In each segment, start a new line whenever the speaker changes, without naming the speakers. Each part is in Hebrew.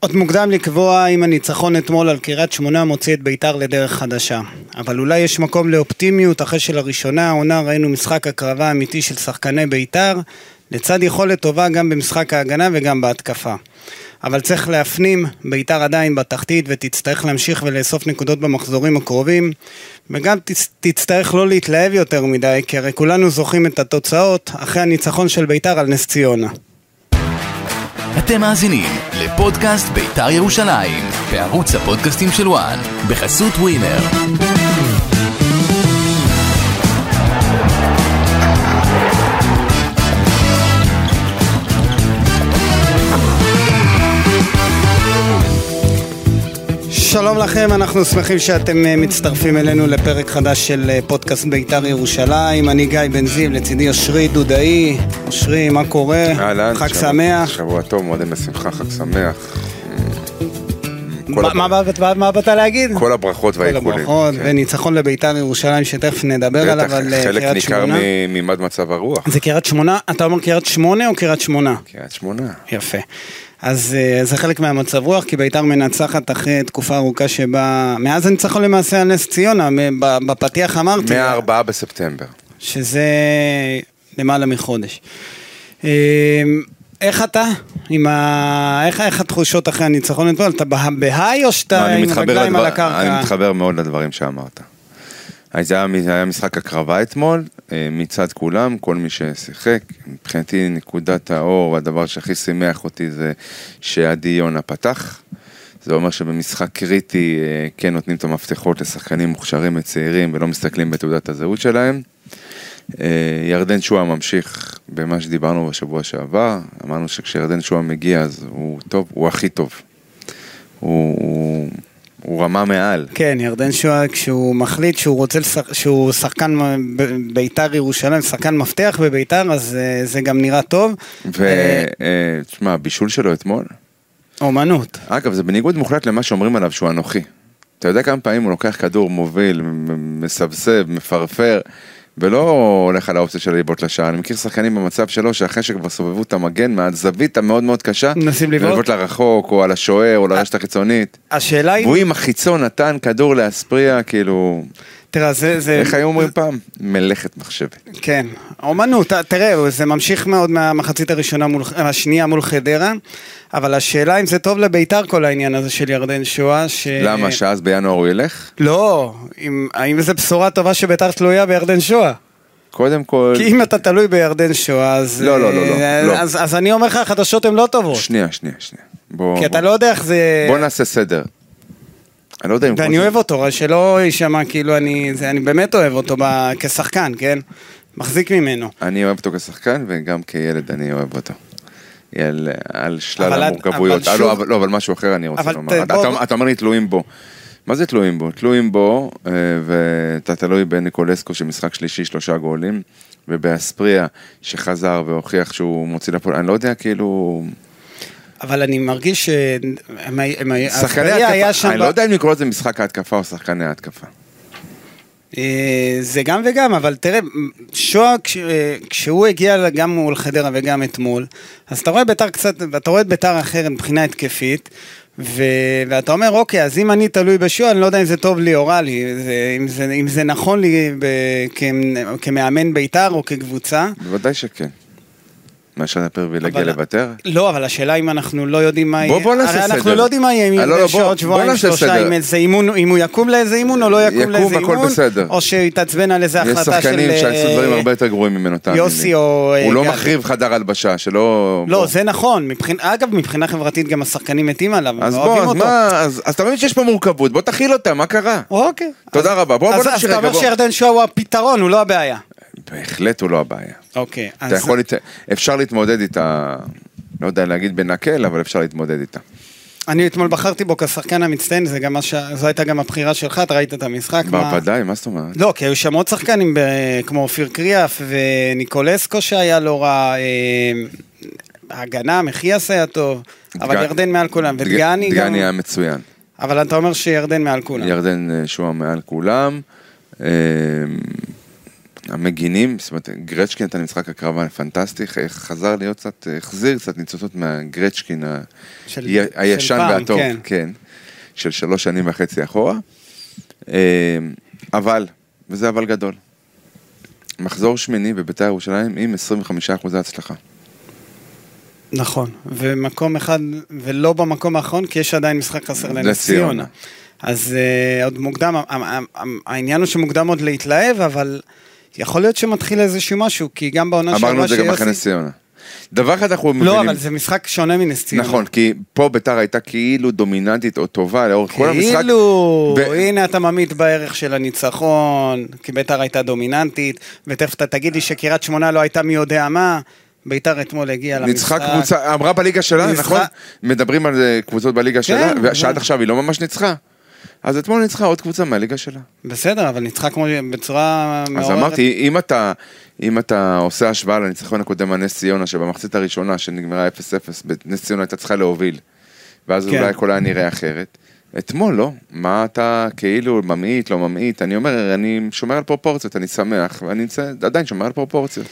עוד מוקדם לקבוע אם הניצחון אתמול על קריית שמונה מוציא את ביתר לדרך חדשה. אבל אולי יש מקום לאופטימיות אחרי שלראשונה העונה ראינו משחק הקרבה אמיתי של שחקני ביתר, לצד יכולת טובה גם במשחק ההגנה וגם בהתקפה. אבל צריך להפנים, ביתר עדיין בתחתית ותצטרך להמשיך ולאסוף נקודות במחזורים הקרובים, וגם תצ- תצטרך לא להתלהב יותר מדי, כי הרי כולנו זוכרים את התוצאות אחרי הניצחון של ביתר על נס ציונה.
אתם מאזינים לפודקאסט בית"ר ירושלים, בערוץ הפודקאסטים של וואן, בחסות ווינר.
שלום לכם, אנחנו שמחים שאתם אה, מצטרפים אלינו לפרק חדש של אה, פודקאסט בית"ר ירושלים. אני גיא בן זיו, לצידי אושרי דודאי. אושרי, מה קורה?
אהלן,
חג
שבוע-
שמח.
שבוע טוב, מועדים לשמחה, חג שמח. כל
מה-
הבר-
מה באת- מה- מה באת להגיד?
כל הברכות
כל
והאיחולים.
הברכות,
כן.
וניצחון לבית"ר ירושלים, שתכף נדבר עליו,
בטח,
על אה,
חלק
קריית
ניכר
שמונה.
מ- ממד מצב הרוח.
זה קריית שמונה, אתה אומר קריית שמונה או קריית שמונה?
קריית שמונה.
יפה. אז אה, זה חלק מהמצב רוח, כי ביתר מנצחת אחרי תקופה ארוכה שבה... מאז הניצחון למעשה על נס ציונה, מ- ב- בפתיח אמרתי.
מה-4 בספטמבר.
שזה למעלה מחודש. אה, איך אתה? עם ה... איך, איך התחושות אחרי הניצחון אתמול? אתה בה- בהיי או שאתה
אני
עם
מתחבר
רגליים
לדבר-
על הקרקע?
אני מתחבר מאוד לדברים שאמרת. אז זה היה זה היה משחק הקרבה אתמול, אה, מצד כולם, כל מי ששיחק. מבחינתי נקודת האור, הדבר שהכי שימח אותי זה שעדי יונה פתח. זה אומר שבמשחק קריטי אה, כן נותנים את המפתחות לשחקנים מוכשרים וצעירים ולא מסתכלים בתעודת הזהות שלהם. אה, ירדן שואה ממשיך במה שדיברנו בשבוע שעבר, אמרנו שכשירדן שואה מגיע אז הוא טוב, הוא הכי טוב. הוא, הוא, הוא רמה מעל.
כן, ירדן שואה, כשהוא מחליט שהוא רוצה, לשח... שהוא שחקן מ- ב- ביתר ירושלים, שחקן מפתח בביתר, אז אה, זה גם נראה טוב. אה,
ותשמע, הבישול שלו אתמול,
אומנות.
אגב, זה בניגוד מוחלט למה שאומרים עליו שהוא אנוכי. אתה יודע כמה פעמים הוא לוקח כדור, מוביל, מ- מסבסב, מפרפר, ולא הולך על האופציה של לבעוט לשער. אני מכיר שחקנים במצב שלו, שאחרי שכבר סובבו את המגן מהזווית המאוד מאוד קשה,
מנסים לבעוט?
ולבעוט לרחוק, או על השוער, או לרשת החיצונית.
השאלה היא,
והוא עם החיצון נתן כדור לאספריה, כאילו,
תראה, זה... זה...
איך היו אומרים פעם? מלאכת מחשבת.
כן, אומנות, ת- תראה, זה ממשיך מאוד מהמחצית הראשונה מול, השנייה מול חדרה, אבל השאלה אם זה טוב לביתר כל העניין הזה של ירדן שואה, ש...
למה, שאז בינואר הוא ילך?
לא, אם, האם זו בשורה טובה שביתר תלויה בירדן שואה?
קודם כל...
כי אם אתה תלוי בירדן שואה, אז...
לא, לא, לא, לא,
אה,
לא.
אז, אז אני אומר לך, החדשות הן לא טובות.
שנייה, שנייה, שנייה. בוא,
כי אתה
בוא.
לא יודע איך זה...
בוא נעשה סדר. אני לא יודע אם... כל
ואני
זה-
אוהב אותו, רק שלא יישמע כאילו אני... זה, אני באמת אוהב אותו ב... כשחקן, כן? מחזיק ממנו.
אני אוהב אותו כשחקן, וגם כילד אני אוהב אותו. על, על שלל
אבל את-
המורכבויות.
אבל
אה, לא,
שוב-
אבל, לא, אבל משהו אחר אני רוצה
אבל
לומר.
ת-
אתה,
בוא-
אתה, אתה אומר לי תלויים בו. מה זה תלויים בו? תלויים בו, אה, ואתה תלוי בניקולסקו שמשחק שלישי שלושה גולים, ובאספריה שחזר והוכיח שהוא מוציא לפועל, אני לא יודע כאילו...
אבל אני מרגיש ש... הם- הם-
שחקני
אה, אספריה היה
התקפה,
שם
אני
ב-
לא יודע אם לקרוא לזה משחק ההתקפה או שחקני ההתקפה.
אה, זה גם וגם, אבל תראה, שואה, כש- אה, כשהוא הגיע גם מול חדרה וגם אתמול, אז אתה רואה ביתר קצת, ואתה רואה את ביתר אחרת מבחינה התקפית, ו, ואתה אומר, אוקיי, אז אם אני תלוי בשואה, אני לא יודע אם זה טוב לי או רע לי, זה, אם, זה, אם זה נכון לי ב, כ, כמאמן ביתר או כקבוצה.
בוודאי שכן. מאשר הפריבילגיה
אבל-
לוותר?
לא, אבל השאלה אם אנחנו לא יודעים מה
בוא-
יהיה.
בוא נעשה
הרי אנחנו
סדר.
לא יודעים מה יהיה, אם
אה, לא, לא,
יהיה
בוא-
שעוד
בוא
שבועיים,
נעשה
שלושה,
סדר.
אם איזה אימון, אם הוא יקום לאיזה אימון או לא יקום
יקום,
לאיזה
הכל
אימון.
בסדר.
או שיתעצבן על איזה
יש
החלטה של...
שחקנים שעשו
אה,
דברים הרבה יותר גרועים ממנו, תאמין לי.
יוסי או, אה,
הוא לא
גל.
מחריב חדר הלבשה, שלא...
לא,
בוא.
זה נכון. מבחינ- אגב, מבחינה חברתית גם השחקנים מתים עליו, הם לא
אז
אוהבים
בוא, אז
אותו.
מה, אז אז אתה מבין שיש פה מורכבות, בוא תכיל אותה, מה קרה?
אוקיי.
תודה
אז-
רבה. בוא- בוא
אז- אז
נמשיך
אתה
רגע,
אומר
בוא.
שירדן שואה הוא הפתרון, הוא לא הבעיה.
בהחלט הוא לא הבעיה.
אוקיי.
אתה יכול, להת- אפשר להתמודד איתה, לא יודע להגיד בנקל, אבל אפשר להתמודד איתה.
אני אתמול בחרתי בו כשחקן המצטיין, זה גם מה ש- זו הייתה גם הבחירה שלך, אתה ראית את המשחק. מה-
בוודאי, מה זאת אומרת?
לא, כי היו שם עוד שחקנים ב- כמו אופיר קריאף וניקולסקו שהיה לא רע, אה, ההגנה, מחיאס היה טוב, אבל
דג-
ירדן מעל כולם,
דג-
ודגני גם,
דגני היה מצוין.
אבל אתה אומר שירדן מעל כולם.
ירדן אה, שועה מעל כולם. אה, המגינים, זאת אומרת, גרצ'קין נתן משחק הקרבה פנטסטי, ח- חזר להיות קצת, אה, החזיר קצת ניצוצות מהגרצ'קין ה-
של-
י-
של
הישן
פעם,
והטוב,
כן.
כן, של שלוש שנים וחצי אחורה. אה, אבל, וזה אבל גדול, מחזור שמיני בביתר ירושלים עם 25% הצלחה.
נכון, ומקום אחד, ולא במקום האחרון, כי יש עדיין משחק חסר לנס
לציונה.
ציונה. אז uh, עוד מוקדם, ה- ה- ה- העניין הוא שמוקדם עוד להתלהב, אבל יכול להיות שמתחיל איזשהו משהו, כי גם בעונה
אמרנו
שעברה
את זה גם אחרי נס ציונה. דבר אחד אנחנו מבינים...
לא, אבל זה משחק שונה מנס ציונה.
נכון, כי פה ביתר הייתה כאילו דומיננטית או טובה לאורך כל המשחק.
כאילו,
ו-
הנה אתה ממעיט בערך של הניצחון, כי ביתר הייתה דומיננטית, ותכף אתה תגיד לי שקריית שמונה לא הייתה מי יודע מה, ביתר אתמול הגיעה למשחק.
ניצחה קבוצה, אמרה בליגה שלה,
ניצחה- כן.
נכון? מדברים על אה, קבוצות בליגה שלה,
אבל-
ושעד עכשיו היא לא ממש ניצחה. אז אתמול ניצחה עוד קבוצה מהליגה שלה.
בסדר, אבל ניצחה כמו בצורה
אז
מעוררת.
אמרתי, אם אתה, אם אתה עושה השוואה לניצחון הקודם על נס ציונה, שבמחצית הראשונה שנגמרה 0-0, נס ציונה הייתה צריכה להוביל, ואז
כן.
אולי הכל היה נראה אחרת. אתמול לא, מה אתה כאילו ממעיט, לא ממעיט, אני אומר, אני שומר על פרופורציות, אני שמח, ואני נמצא- עדיין שומר על פרופורציות.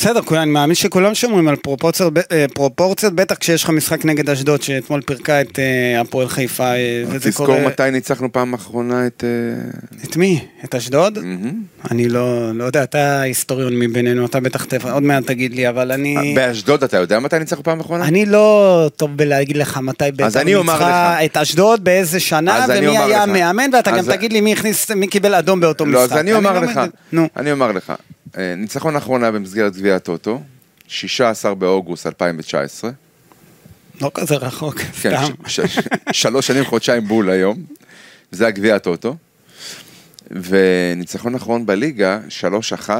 בסדר, כולם- אני מאמין שכולם שומרים על פרופורציות, ב- אה, פרופורציות, בטח כשיש לך משחק נגד אשדוד, שאתמול פירקה את אה, הפועל חיפה, אה, וזה קורה...
תזכור מתי ניצחנו פעם אחרונה את... אה,
את מי? את אשדוד?
מהמם.
אני לא לא יודע, אתה היסטוריון מבינינו, אתה בטח תפ- עוד מעט תגיד לי, אבל אני...
באשדוד אתה יודע מתי ניצחנו פעם אחרונה?
אני לא טוב בלהגיד לך מתי בית"ר
אני אומר
ניצחה
לך.
את אשדוד, באיזה שנה,
אז אני
ומי
אומר
היה
לך.
המאמן, ואתה גם
אז-
תגיד לי מי הכניס, מי קיבל אדום באותו משחק.
לא, אז אני אומר
לא
לך,
מבין- נו,
אני אומר לך, אה, ניצחון האחרון היה במסגרת גביע הטוטו, 16 באוגוסט 2019,
לא כזה רחוק,
כן,
סתם.
ש- ש- שלוש שנים חודשיים בול היום, זה הגביע הטוטו, וניצחון אחרון בליגה, 3-1,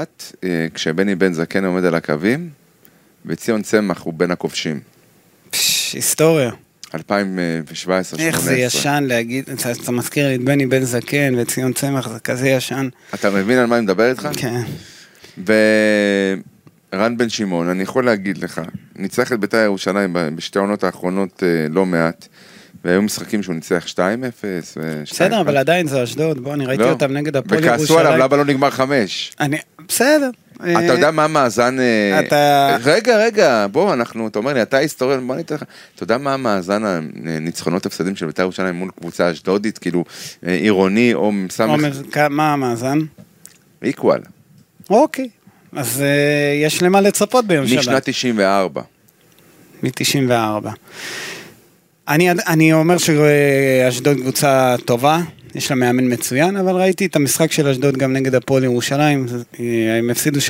אה, כשבני בן זקן עומד על הקווים, וציון צמח הוא בין הכובשים,
פש, היסטוריה.
2017-2018.
איך זה ישן להגיד, אתה- אתה מזכיר לי את בני בן זקן ואת ציון צמח, זה כזה ישן.
אתה מבין על מה אני מדבר איתך?
כן.
ורן בן שמעון, אני יכול להגיד לך, ניצח את בית"ר ירושלים ב- בשתי העונות האחרונות אה, לא מעט, והיו משחקים שהוא ניצח 2-0 ו... לא.
בסדר, אבל עדיין זה אשדוד, בוא, אני ראיתי אותם נגד הפועל ירושלים.
וכעסו עליו, למה לא נגמר 5?
אני- בסדר.
אתה יודע מה המאזן... אה,
אתה-
רגע, רגע, בוא, אנחנו, אתה אומר לי, אתה היסטוריון, בוא אני אתן לך... אתה יודע מה המאזן הניצחונות הפסדים של בית"ר ירושלים מול קבוצה אשדודית, כאילו אה, עירוני או מ"ס
עומר, כ- מה המאזן?
איקוואל,
אוקיי. אז אה, יש למה לצפות ביום שבת.
משנת 94.
מ-94. אני, אני אומר שאשדוד קבוצה טובה, יש לה מאמן מצוין, אבל ראיתי את המשחק של אשדוד גם נגד הפועל ירושלים, אה, הם הפסידו 3-0,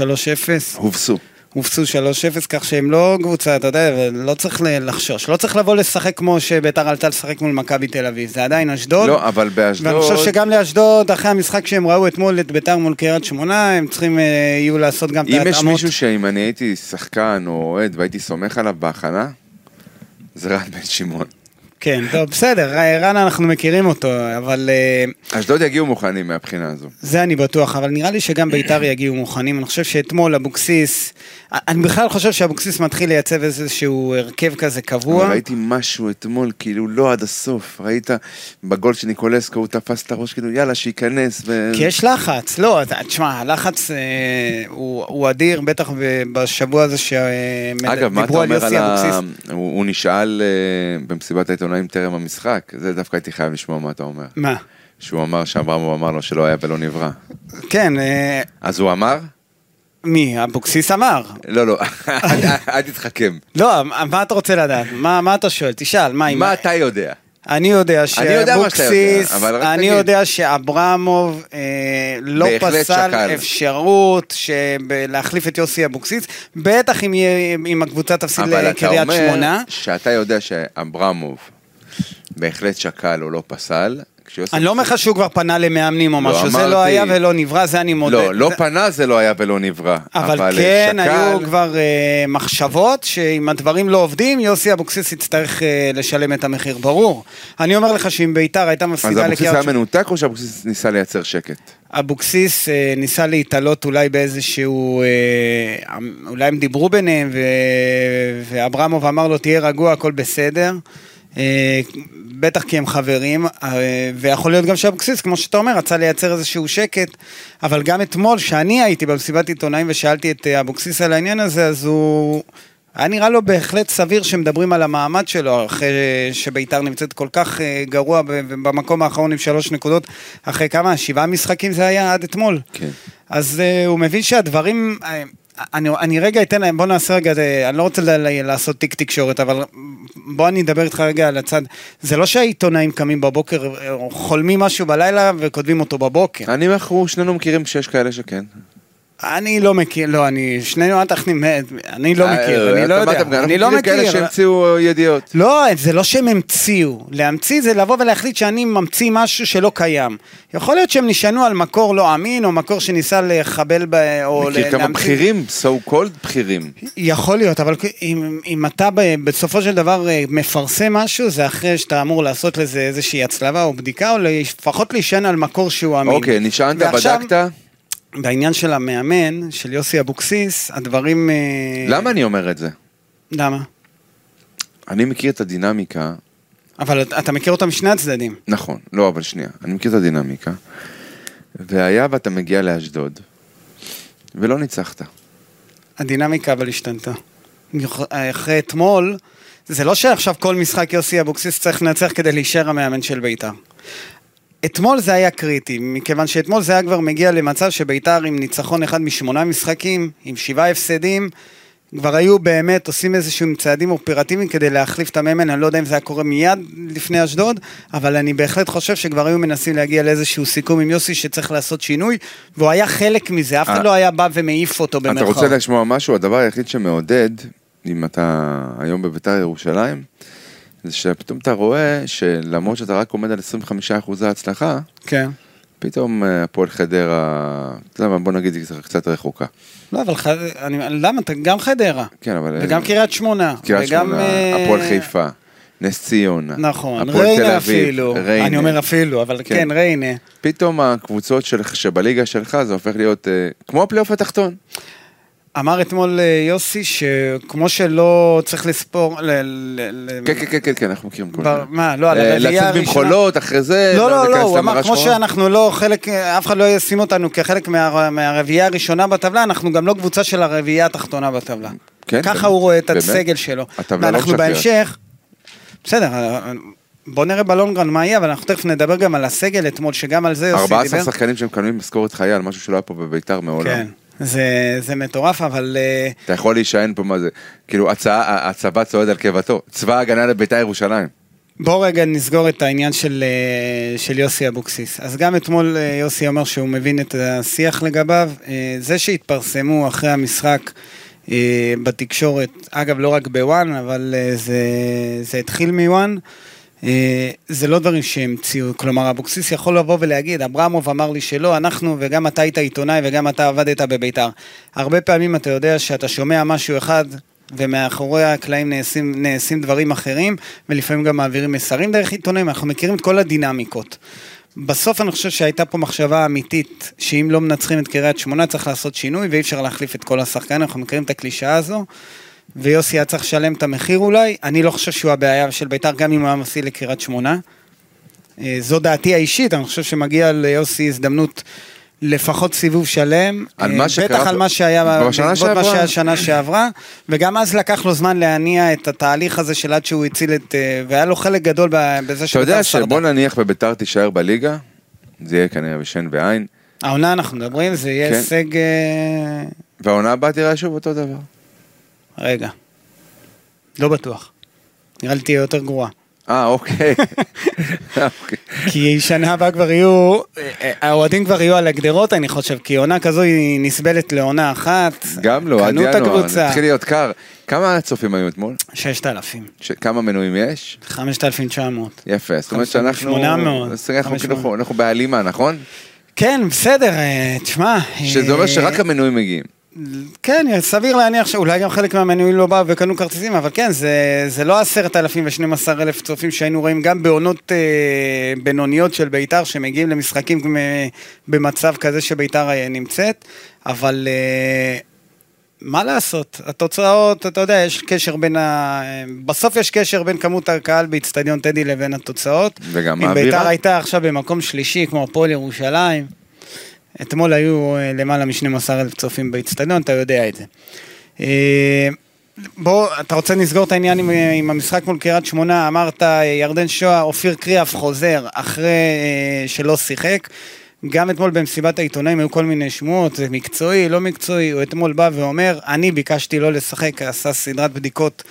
הובסו.
הופסו 3-0, כך שהם לא קבוצה, אתה יודע, לא צריך ל- לחשוש, לא צריך לבוא לשחק כמו שביתר עלתה לשחק מול מכבי תל אביב, זה עדיין אשדוד.
לא, אבל
ואני חושב
באשדוד...
שגם לאשדוד, אחרי המשחק שהם ראו אתמול את ביתר מול קריית שמונה, הם צריכים אה, יהיו לעשות גם את
אם
ההתאמות.
יש מישהו שאם אני הייתי שחקן או אוהד והייתי סומך עליו בהכנה, זה רן בן שמעון.
כן, טוב, בסדר, רן אנחנו מכירים אותו, אבל אה,
אשדוד יגיעו לא מוכנים מהבחינה הזו.
זה אני בטוח, אבל נראה לי שגם ביתר יגיעו מוכנים. אני חושב שאתמול אבוקסיס, אני בכלל חושב שאבוקסיס מתחיל לייצב איזשהו הרכב כזה
אבל
קבוע.
ראיתי משהו אתמול, כאילו לא עד הסוף, ראית בגול של ניקולסקו, הוא תפס את הראש, כאילו יאללה, שייכנס. ו...
כי יש לחץ, לא, אתה- תשמע, הלחץ אה, הוא הוא אדיר, בטח ב- בשבוע הזה
אגב, מה אתה
שדיברו על
אומר על
יוסי
ה...
אבוקסיס.
הוא, הוא נשאל אה, במסיבת העיתונאים טרם המשחק, זה דווקא הייתי חייב לשמוע מה אתה אומר.
מה?
שהוא אמר שאברמוב אמר לו שלא היה ולא נברא.
כן, אה,
אז הוא אמר?
מי? אבוקסיס אמר.
לא, לא, אל- אל תתחכם.
לא, מה אתה רוצה לדעת? מה מה אתה שואל? תשאל, מה אם...
מה אתה יודע?
אני יודע
אני יודע מה שאתה
שאבוקסיס,
יודע, אבל רק
אני
תגיד.
יודע שאברמוב אה, לא
בהחלט
פסל
שקל.
אפשרות שב- להחליף את יוסי אבוקסיס, בטח אם, יהיה- אם הקבוצה תפסיד
אבל אתה
לקריית
אומר
שמונה.
שאתה יודע שאברמוב בהחלט שקל או לא פסל. כשיוסי-
אני לא אומר לך שהוא כבר פנה למאמנים או
לא,
משהו, זה לא
אמרתי-
היה ולא נברא, זה אני מודה.
לא, לא
זה-
פנה זה לא היה ולא נברא. אה,
אבל כן,
שקל-
היו כבר אה, מחשבות שאם הדברים לא עובדים, יוסי אבוקסיס יצטרך אה, לשלם את המחיר, ברור. אני אומר לך שאם ביתר הייתה
אז
מפסידה לקריית
אבוקסיס
שמונה...
היה מנותק או שאבוקסיס ניסה לייצר שקט?
אבוקסיס אה, ניסה להתעלות אולי באיזשהו, אה, אולי הם דיברו ביניהם ו- ואברמוב אמר לו תהיה רגוע הכל בסדר. אה, בטח כי הם חברים, אה, ויכול להיות גם שאבוקסיס, כמו שאתה אומר, רצה לייצר איזשהו שקט, אבל גם אתמול, שאני הייתי במסיבת עיתונאים ושאלתי את אה, אבוקסיס על העניין הזה, אז הוא... היה נראה לו בהחלט סביר שמדברים על המעמד שלו, אחרי שביתר נמצאת כל כך אה, גרוע ב- במקום האחרון עם שלוש נקודות, אחרי כמה? שבעה משחקים זה היה עד אתמול.
כן.
אז uh, הוא מבין שהדברים... אה, אני, אני רגע אתן להם, בוא נעשה רגע, אה, אני לא רוצה ל- ל- לעשות תיק תקשורת, אבל בוא אני אדבר איתך רגע על הצד. זה לא שהעיתונאים קמים בבוקר, אה, או חולמים משהו בלילה וכותבים אותו בבוקר.
אני ואנחנו שנינו מכירים שיש כאלה שכן.
אני לא מכיר, לא, אני, שנינו אל תכנים, אה, אני לא מכיר,
אה,
אני לא
אתה באת,
יודע,
אנחנו
אני לא
מכירים כאלה
מכיר.
שהמציאו ידיעות.
לא, זה לא שהם המציאו. להמציא זה לבוא ולהחליט שאני ממציא משהו שלא קיים. יכול להיות שהם נשענו על מקור לא אמין, או מקור שניסה לחבל ב... או
מכיר
ל-
כמה
להמציא.
בכירים, so called בכירים.
יכול להיות, אבל אם, אם אתה ב- בסופו של דבר אה, מפרסם משהו, זה אחרי שאתה אמור לעשות לזה איזושהי הצלבה או בדיקה, או לפחות להישען על מקור שהוא אמין.
אוקיי, נשענת,
ועכשיו, אה.
בדקת?
בעניין של המאמן, של יוסי אבוקסיס, הדברים... אה,
למה אני אומר את זה?
למה?
אני מכיר את הדינמיקה,
אבל אתה מכיר אותם משני הצדדים.
נכון, לא, אבל שנייה, אני מכיר את הדינמיקה, והיה ואתה מגיע לאשדוד, ולא ניצחת.
הדינמיקה אבל השתנתה. אחרי אתמול, זה לא שעכשיו כל משחק יוסי אבוקסיס צריך לנצח כדי להישאר המאמן של בית"ר. אתמול זה היה קריטי, מכיוון שאתמול זה היה כבר מגיע למצב שבית"ר עם ניצחון אחד משמונה משחקים, עם שבעה הפסדים, כבר היו באמת עושים איזשהם צעדים אופרטיביים כדי להחליף את המאמן, אני לא יודע אם זה היה קורה מיד לפני אשדוד, אבל אני בהחלט חושב שכבר היו מנסים להגיע לאיזשהו סיכום עם יוסי שצריך לעשות שינוי, והוא היה חלק מזה, אף אחד
אה.
לא היה בא ומעיף אותו
אתה
במרכאות.
רוצה לשמוע משהו? הדבר היחיד שמעודד, אם אתה היום בביתר ירושלים, זה שפתאום אתה רואה שלמרות שאתה רק עומד על 25% הצלחה,
כן.
פתאום אה, הפועל חדרה, אתה יודע מה, בוא נגיד, היא קצת רחוקה.
לא, אבל ח... אני... למה? אתה גם חדרה.
כן, אבל...
וגם קריית שמונה.
קריית
וגם,
שמונה,
אה,
הפועל חיפה, נס ציונה,
נכון,
הפועל תל
ריינה
אביב,
אפילו.
ריינה.
אני אומר אפילו, אבל
כן.
כן, ריינה.
פתאום הקבוצות שלך, שבליגה שלך זה הופך להיות אה, כמו הפלייאוף התחתון.
אמר אתמול אה, יוסי שכמו שלא צריך לספור... ל... ל... ל...
כן, כן, כן, כן, כן, אנחנו מכירים כל
בר-
מיני.
מה, לא, על
אה,
הרביעייה
לצאת
הראשונה.
במחולות, אחרי זה,
לא, לא, לא,
להיכנס
הוא אמר,
למערה
כמו
שחורה.
שאנחנו לא חלק, אף אחד לא ישים אותנו כחלק מה- מהרביעייה הראשונה בטבלה, אנחנו גם לא קבוצה של הרביעייה התחתונה בטבלה.
כן,
ככה
באמת,
הוא רואה את
באמת.
הסגל שלו.
הטבלה לא
ואנחנו
משקרת.
בהמשך, בסדר, בוא נראה בלונגרן מה יהיה, אבל אנחנו תכף נדבר גם על הסגל אתמול, שגם על זה יוסי דיבר.
14 שחקנים שמקבלים משכורת חיה על משהו שלא היה פה בביתר מעולם.
כן, זה, זה מטורף, אבל אה,
אתה יכול להישען פה מה זה, כאילו הצעה- הצבא צועד על קיבתו, צבא ההגנה לביתר ירושלים.
בואו רגע נסגור את העניין של, אה, של יוסי אבוקסיס. אז גם אתמול אה, יוסי אמר שהוא מבין את השיח לגביו. אה, זה שהתפרסמו אחרי המשחק אה, בתקשורת, אגב לא רק בוואן, אבל אה, זה, זה התחיל מוואן, אה, זה לא דברים שהמציאו. כלומר, אבוקסיס יכול לבוא ולהגיד, אברמוב אמר לי שלא, אנחנו, וגם אתה היית עיתונאי וגם אתה עבדת בביתר. הרבה פעמים אתה יודע שאתה שומע משהו אחד, ומאחורי הקלעים נעשים, נעשים דברים אחרים, ולפעמים גם מעבירים מסרים דרך עיתונאים, אנחנו מכירים את כל הדינמיקות. בסוף אני חושב שהייתה פה מחשבה אמיתית, שאם לא מנצחים את קריית שמונה צריך לעשות שינוי, ואי אפשר להחליף את כל השחקנים, אנחנו מכירים את הקלישאה הזו, ויוסי היה צריך לשלם את המחיר אולי, אני לא חושב שהוא הבעיה של בית"ר, גם אם הוא היה מפסיד לקריית שמונה. אה, זו דעתי האישית, אני חושב שמגיע ליוסי הזדמנות לפחות סיבוב שלם.
על
אה,
מה שקרה
בטח
פה-
על מה שהיה
בשנה
בעקבות מה
שעברה.
שהיה שנה שעברה, וגם אז לקח לו זמן להניע את התהליך הזה של עד שהוא הציל את... אה, והיה לו חלק גדול ב- בזה
אתה
שבית"ר
יודע שבוא
שרדה.
נניח בביתר תישאר בליגה, זה יהיה כנראה בשן ועין,
העונה אנחנו מדברים, זה יהיה
כן.
הישג... אה,
והעונה הבאה תראה שוב אותו דבר.
רגע. לא בטוח. נראה לי תהיה יותר גרועה.
אה, אוקיי. אוקיי.
כי שנה הבאה כבר יהיו, אה, אה, האוהדים כבר יהיו על הגדרות אני חושב, כי עונה כזו היא נסבלת לעונה אחת.
גם לא, עד
קנו את
ינואר,
הקבוצה.
התחיל להיות קר. כמה צופים היו אתמול?
6,000,
ש- כמה מנויים יש?
5,900.
יפה, זאת אומרת
חמישים
שאנחנו...
ושמונה מאות.
אז אנחנו
חמישים
כאילו- אנחנו בהלימה, נכון?
כן, בסדר, אה, תשמע.
שזה אומר
אה,
שרק המנויים מגיעים.
כן, סביר להניח שאולי גם חלק מהמנויים לא באו וקנו כרטיסים, אבל כן, זה, זה לא עשרת אלפים ושנים עשר אלף צופים שהיינו רואים גם בעונות אה, בינוניות של בית"ר, שמגיעים למשחקים אה, במצב כזה שבית"ר אה, נמצאת, אבל אה, מה לעשות? התוצאות, אתה יודע, יש קשר בין ה... בסוף יש קשר בין כמות הקהל באיצטדיון טדי לבין התוצאות.
וגם
אם ביתר
האווירה.
הייתה עכשיו במקום שלישי, כמו הפועל ירושלים, אתמול היו אה, למעלה מ-12,000 צופים באיצטדיון, אתה יודע את זה. אה, בוא, אתה רוצה לסגור את העניין עם, אה, עם המשחק מול קריית שמונה, אמרת אה, ירדן שואה, אופיר קריאף חוזר אחרי אה, שלא שיחק. גם אתמול במסיבת העיתונאים היו כל מיני שמועות, זה מקצועי, לא מקצועי, הוא אתמול בא ואומר, אני ביקשתי לא לשחק, עשה סדרת בדיקות,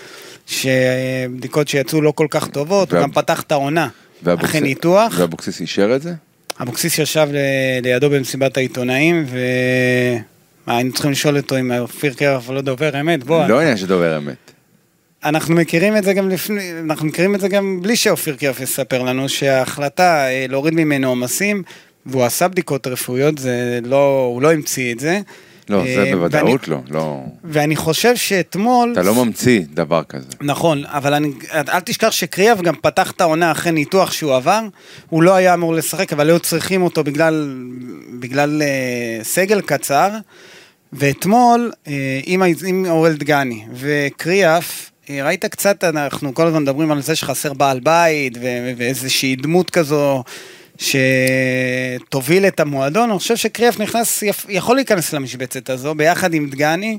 ש... אה, בדיקות שיצאו לא כל כך טובות, הוא
וה-
גם פתח את העונה,
ואבוקסיס-
אחרי ניתוח.
ואבוקסיס אישר את זה?
אבוקסיס ישב ל- לידו במסיבת העיתונאים, ו... מה, היינו צריכים לשאול אותו אם אופיר קרח לא דובר אמת, בוא,
לא עניין שדובר אמת.
אנחנו מכירים את זה גם לפני, אנחנו מכירים את זה גם בלי שאופיר קרח יספר לנו שההחלטה אה, להוריד ממנו עומסים, והוא עשה בדיקות רפואיות, זה לא, הוא לא המציא את זה.
לא,
אה,
זה בוודאות
ואני,
לא. לא.
ואני חושב שאתמול...
אתה לא ממציא דבר כזה.
נכון, אבל אני, אל תשכח שקריאב גם פתח את העונה אחרי ניתוח שהוא עבר, הוא לא היה אמור לשחק, אבל היו צריכים אותו בגלל, בגלל אה, סגל קצר, ואתמול, אה, עם, ה- עם אורל דגני וקריאף, אה, ראית קצת, אנחנו כל הזמן מדברים על זה שחסר בעל בית, ו- ואיזושהי דמות כזו שתוביל את המועדון, אני חושב שקריאף נכנס, יפ- יכול להיכנס למשבצת הזו, ביחד עם דגני.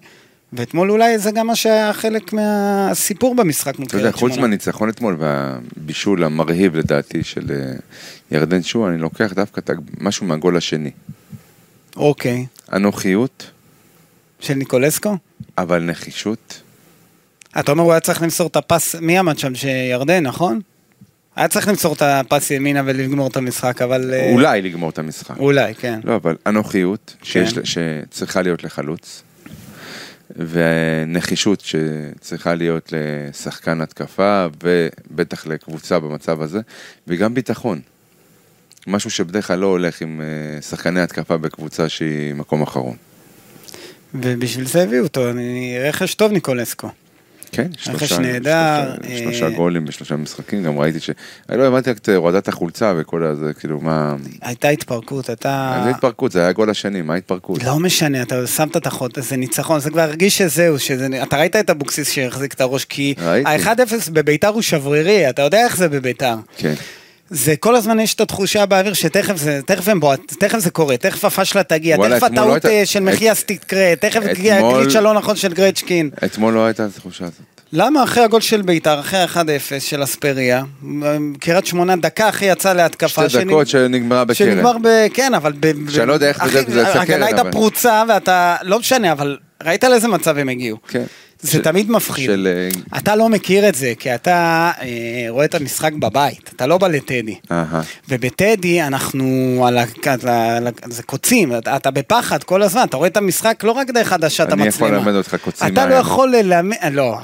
ואתמול אולי זה גם מה שהיה חלק מהסיפור במשחק מול
אתה יודע,
קריית
חוץ
כן, שמונה.
מהניצחון אתמול והבישול המרהיב לדעתי של אה, ירדן שואה, אני לוקח דווקא את הג- משהו מהגול השני.
אוקיי.
אנוכיות,
של ניקולסקו?
אבל נחישות.
אתה אומר הוא היה צריך למסור את הפס, מי עמד שם? שירדן, נכון? היה צריך למסור את הפס ימינה ולגמור את המשחק, אבל... אה,
אולי לגמור את המשחק.
אולי, כן.
לא, אבל אנוכיות שיש,
כן.
לה- שצריכה להיות לחלוץ, ונחישות שצריכה להיות לשחקן התקפה, ובטח לקבוצה במצב הזה, וגם ביטחון. משהו שבדרך כלל לא הולך עם אה, שחקני התקפה בקבוצה שהיא מקום אחרון.
ובשביל זה הביאו אותו, אני- רכש טוב ניקולסקו.
כן, שלושה,
נהדר,
שלושה,
אה,
שלושה גולים בשלושה משחקים, גם ראיתי ש... אני לא הבנתי רק את הורדת החולצה וכל הזה, כאילו מה...
הייתה התפרקות, אתה...
איזה התפרקות, אה, זה היה גול השני, מה ההתפרקות?
אה. לא משנה, אתה שמת את החוט, זה ניצחון, זה כבר הרגיש שזהו, שזה... אתה ראית את אבוקסיס שהחזיק את הראש, כי
ראיתי.
ה-1-0 בביתר הוא שברירי, אתה יודע איך זה בביתר.
כן.
זה כל הזמן יש את התחושה באוויר שתכף זה, תכף הם בועט, תכף זה קורה, תכף הפשלה תגיע,
וואלה,
תכף
אתמול לא
הטעות
הייתה-
אה, של מחיאס תקרה, תכף
אתמול-
הגליץ' הלא נכון של גרצ'קין.
אתמול לא הייתה התחושה הזאת.
למה אחרי הגול של ביתר, אחרי ה-1-0 של אספריה, אמ, קריית שמונה דקה אחרי יצא להתקפה,
שתי
שנג-
דקות שנגמרה בקרן.
שנגמר ב... כן, אבל... ב... ב-
שאני לא יודע איך
אחי,
בדיוק זה יצא קרן,
ההגנה הייתה
אבל-
פרוצה ואתה... לא משנה, אבל ראית לאיזה מצב הם הגיעו.
כן.
זה
של-
תמיד מפחיד.
של, אה,
אתה לא מכיר את זה, כי אתה אה, רואה את המשחק בבית, אתה לא בא לטדי.
אהה.
ובטדי אנחנו על ה... על ה... על ה... זה קוצים, אתה, אתה בפחד כל הזמן, אתה רואה את המשחק לא רק דרך עדשת
אני
המצלמה.
יכול ללמד אותך קוצים
אתה לא
מהיום.
יכול ללמד, לא,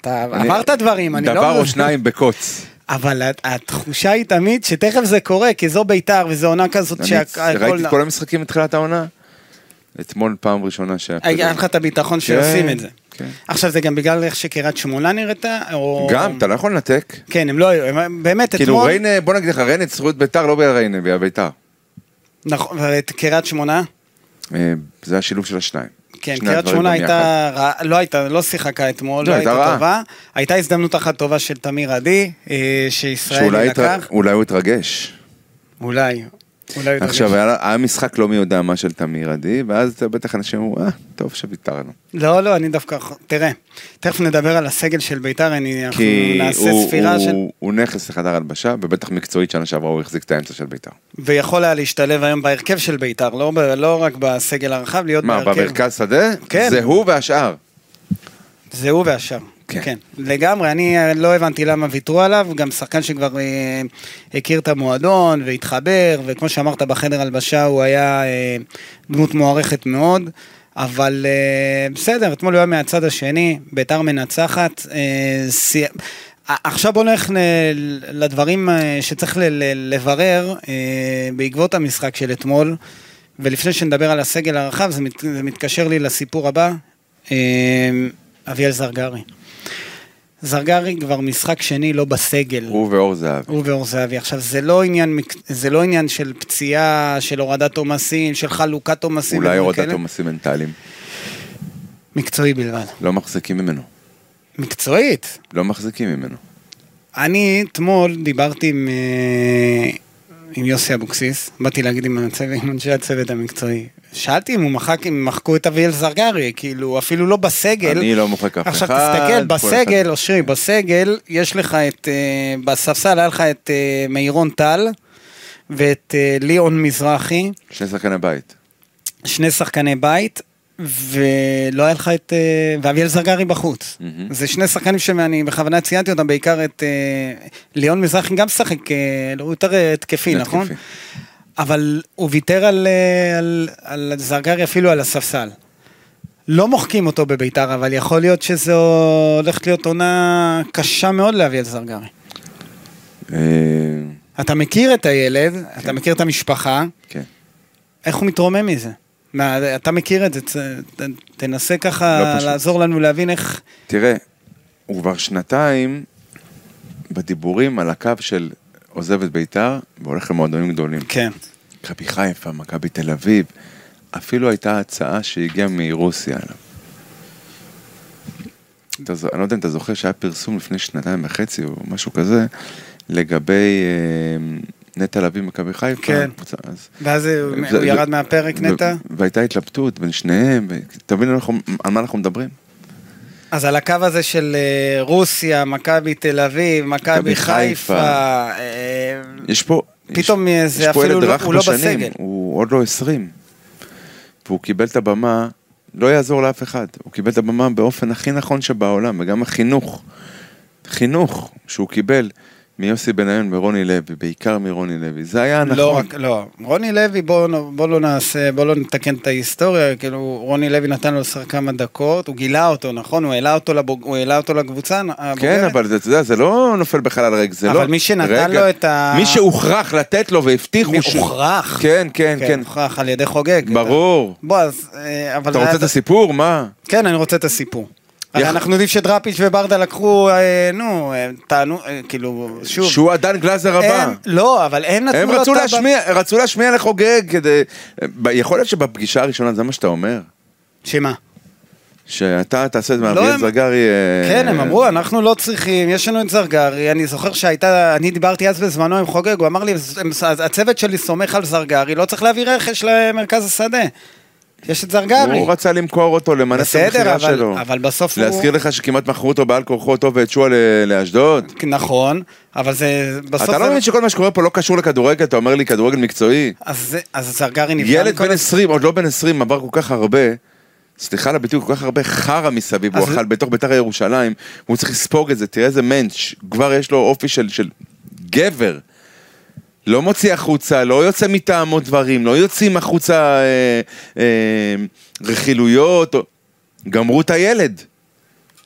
אתה
אני-
עברת דברים, אני לא...
דבר או שניים בקוץ.
אבל הת- התחושה היא תמיד שתכף זה קורה, כי זו בית"ר וזו עונה כזאת
אני
שהכל...
ראיתי את כל המשחקים מתחילת העונה. אתמול פעם ראשונה שהיה...
היה לך את הביטחון שעושים את זה.
כן.
עכשיו זה גם בגלל איך שקריית שמונה נראתה, או...
גם, אתה לא יכול לנתק.
כן, הם לא היו, הם באמת
כאילו
אתמול...
ריינה, בוא נגיד לך, ריינה זכויות ביתר, לא בגלל ריינה, בגלל ביתר.
נכון, ואת קריית שמונה?
אה, זה השילוב של השניים.
כן,
שני
קריית
הדברים
שמונה
גם יחד.
הייתה, רע- לא הייתה, לא שיחקה אתמול,
לא,
לא
הייתה
הייתה
רעה.
טובה. הייתה הזדמנות אחת טובה של תמיר עדי, אה, שישראלי
שאולי התר-
לקח.
אולי הוא התרגש.
אולי, אולי הוא
עכשיו,
התרגש.
היה היה משחק לא מי יודע מה של תמיר עדי, ואז אתה בטח אנשים אמרו, אה, טוב שוויתרנו.
לא, לא, אני דווקא... תראה, תכף נדבר על הסגל של ביתר, אני- אנחנו
כי
נעשה
הוא-
ספירה
הוא-
של...
הוא נכס לחדר הלבשה, ובטח מקצועית שנה שעברה הוא החזיק את האמצע של
לא
ביתר.
ויכול היה להשתלב היום בהרכב של ביתר, לא, ב- לא רק בסגל הרחב, להיות
מה, במרכז שדה?
כן.
זה הוא והשאר.
זה הוא והשאר.
כן.
כן. כן, לגמרי, אני אה, לא הבנתי למה ויתרו עליו, גם שחקן שכבר אה, הכיר את המועדון והתחבר, וכמו שאמרת בחדר הלבשה הוא היה אה, דמות מוערכת מאוד, אבל אה, בסדר, אתמול הוא היה מהצד השני, ביתר מנצחת. אה, סי... ע- עכשיו בוא נלך ל- לדברים אה, שצריך ל- ל- לברר אה, בעקבות המשחק של אתמול, ולפני שנדבר על הסגל הרחב, זה, מת... זה מתקשר לי לסיפור הבא, אה, אביאל זרגרי. זרגרי כבר משחק שני לא בסגל.
הוא ואור זהב.
הוא ואור זהבי. עכשיו, זה לא עניין, מק- זה לא עניין של פציעה, של הורדת עומסים, של חלוקת עומסים.
אולי
ודברים
הורדת
כאלה.
עומסים מנטליים.
מקצועי בלבד.
לא מחזיקים ממנו.
מקצועית.
לא מחזיקים ממנו.
אני אתמול דיברתי עם, אה, עם יוסי אבוקסיס, באתי להגיד עם, הצוות, עם אנשי הצוות המקצועי. שאלתי אם הוא מחק, אם מחקו את אביאל זרגרי, כאילו אפילו לא בסגל.
אני לא מוחק אף
עכשיו
אחד,
תסתכל,
כל
בסגל,
אחד-
אושרי, בסגל יש לך את, אה, בספסל היה לך את אה, מאירון טל ואת אה, ליאון מזרחי,
שני שחקני בית.
שני שחקני בית, ולא היה לך את... אה, ואביאל זרגרי בחוץ.
מהמם.
זה שני שחקנים שאני בכוונה ציינתי אותם, בעיקר את אה, ליאון מזרחי גם משחק, אה, לא, הוא יותר אה, התקפי,
שני
נכון?
התקפי.
אבל הוא ויתר על, אה, על, על זרגרי אפילו על הספסל. לא מוחקים אותו בביתר, אבל יכול להיות שזו הולכת להיות עונה קשה מאוד לאביאל זרגרי.
אה,
אתה מכיר את הילד, אתה מכיר את המשפחה,
כן.
איך הוא מתרומם מזה? מה, אתה מכיר את זה, צ- ת- תנסה
לא
ככה
פשוט.
לעזור לנו להבין איך...
תראה, הוא כבר שנתיים בדיבורים על הקו של עוזב את ביתר והולך למועדונים גדולים.
כן,
מכבי חיפה, מכבי תל אביב, אפילו הייתה הצעה שהגיעה מרוסיה עליו. אתה, זו- אני לא יודע אם אתה זוכר שהיה פרסום לפני שנתיים וחצי או משהו כזה, לגבי אה, נטע לביא מכבי חיפה.
כן.
קבוצה- אז
ואז הוא
זה-
הוא ירד
זה-
מהפרק
ו-
נטע.
והייתה התלבטות בין שניהם, ו- תבין אנחנו- על מה אנחנו מדברים.
אז על הקו הזה של אה, רוסיה, מכבי תל אביב, מכבי
מכבי
חיפה,
חיפה.
אה,
יש פה...
פתאום
יש-
זה אפילו
יש פה ילד
לא-
רך
הוא לא
בשנים,
בסגל.
הוא עוד לא 20. והוא קיבל את הבמה, לא יעזור לאף אחד, הוא קיבל את הבמה באופן הכי נכון שבעולם, וגם החינוך, חינוך שהוא קיבל מיוסי בניון ורוני לוי, בעיקר מרוני לוי, זה היה נכון.
לא רק, לא. רוני לוי, בוא, נ- בוא לא נעשה, בוא לא נתקן את ההיסטוריה, כאילו רוני לוי נתן לו לשחק כמה דקות, הוא גילה אותו, נכון? הוא העלה אותו, לבוג... הוא העלה אותו לקבוצה הבוגרת.
כן, אבל זה, אתה יודע, זה לא נופל בחלל ריק, זה
אבל
לא...
מי שנתן לו את ה-
מי שהוכרח לתת לו והבטיחו...
מי
ש-
הוכרח?
כן, כן,
כן,
כן.
הוכרח על ידי חוגג.
ברור.
בוא, אז... אה, אבל
אתה
זה
רוצה
היה-
את הסיפור? מה?
כן, אני רוצה את הסיפור. הרי
יח-
אנחנו יודעים שדראפיץ' וברדה לקחו, אה, נו, אה, טענו, אה, כאילו, שוב.
שהוא הדן גלאזר הבא.
הם- לא, אבל הם נתנו
הם
לו
רצו
את ה-
להשמיע, רצו להשמיע לחוגג כדי... ב- יכול להיות שבפגישה הראשונה זה מה שאתה אומר?
שמה?
שאתה תעשה את זה
לא,
מאביאל
הם-
זרגרי... אה,
כן, הם אמרו, אנחנו לא צריכים, יש לנו את זרגרי, אני זוכר שהייתה, אני דיברתי אז בזמנו עם חוגג, הוא אמר לי, "הם- הצוות שלי סומך על זרגרי, לא צריך להביא רכש למרכז השדה. יש את זרגרי.
הוא רצה למכור אותו, למנף את
בסדר,
המכירה
אבל-
שלו.
אבל בסוף הוא-
להזכיר לך שכמעט מכרו אותו בעל כורחו אותו ואת שועה ל- אה, לאשדוד?
נכון, אבל זה בסוף...
אתה
זה-
לא מבין שכל מה שקורה פה לא קשור לכדורגל, אתה אומר לי כדורגל מקצועי?
אז זה- אז זרגרי נפגע.
ילד
מכל
בן
הס-
20, עוד לא בן 20, עבר כל כך הרבה, סליחה על הביטוי, כל כך הרבה חרא מסביב, הוא
אז-
אכל בתוך בית"ר ירושלים, הוא צריך לספוג את זה, תראה איזה מענץ', כבר יש לו אופי של, של גבר. לא מוציא החוצה, לא יוצא מטעמו דברים, לא יוצאים החוצה אה, אה, רכילויות, או... גמרו את הילד,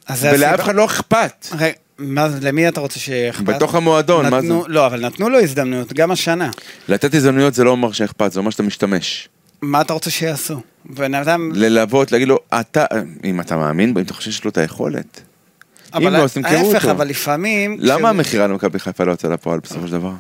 אז זה
ולאף
הסיבה-
אחד לא אכפת.
רגע, מה- למי אתה רוצה שאכפת?
בתוך המועדון, מה
נתנו-
זה?
לא, אבל נתנו לו הזדמנויות, גם השנה.
לתת הזדמנויות זה לא אומר שאכפת, זה אומר שאתה משתמש.
מה אתה רוצה שיעשו? בן אדם...
ללוות, להגיד לו, אתה, אם אתה מאמין בו, אם אתה חושב שיש לו את היכולת.
אבל
לא, אז תמכרו
ההפך,
אותו.
אבל לפעמים...
למה
כשהוא-
המכירה למכבי חיפה לא יצאה לפועל בסופו של דבר?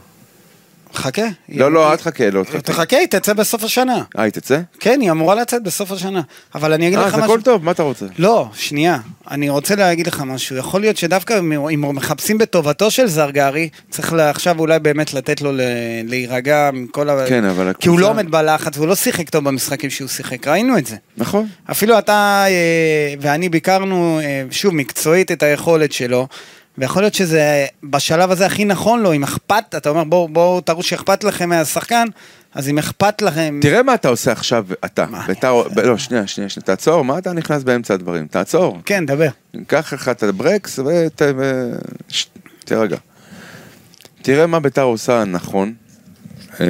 חכה.
לא, לא, אל תחכה, לא תחכה.
תחכה, היא תצא בסוף השנה.
אה, היא תצא?
כן, היא אמורה לצאת בסוף השנה. אבל אני אגיד
אה,
לך
אז
משהו...
הכל טוב, מה אתה רוצה?
לא, שנייה. אני רוצה להגיד לך משהו. יכול להיות שדווקא אם- אם מחפשים בטובתו של זרגרי, צריך לה- עכשיו אולי באמת לתת לו ל- להירגע מכל ה...
כן, אבל
כי הוא
הקבוצה-
לא עומד בלחץ, והוא לא שיחק טוב במשחקים שהוא שיחק, ראינו את זה.
נכון.
אפילו אתה אה, ואני ביקרנו, אה, שוב, מקצועית את היכולת שלו, ויכול להיות שזה אה, בשלב הזה הכי נכון לו, אם אכפת, אתה אומר, בואו בוא, תראו שאכפת לכם מהשחקן, אז אם אכפת לכם...
תראה מה אתה עושה עכשיו, אתה.
מה אני
ביתר- ב- לא, שנייה, שנייה, שנייה, תעצור, מה אתה נכנס באמצע הדברים? תעצור.
כן, דבר.
קח לך את הברקס ות... ו... ש- תירגע. תראה מה ביתר עושה נכון אה,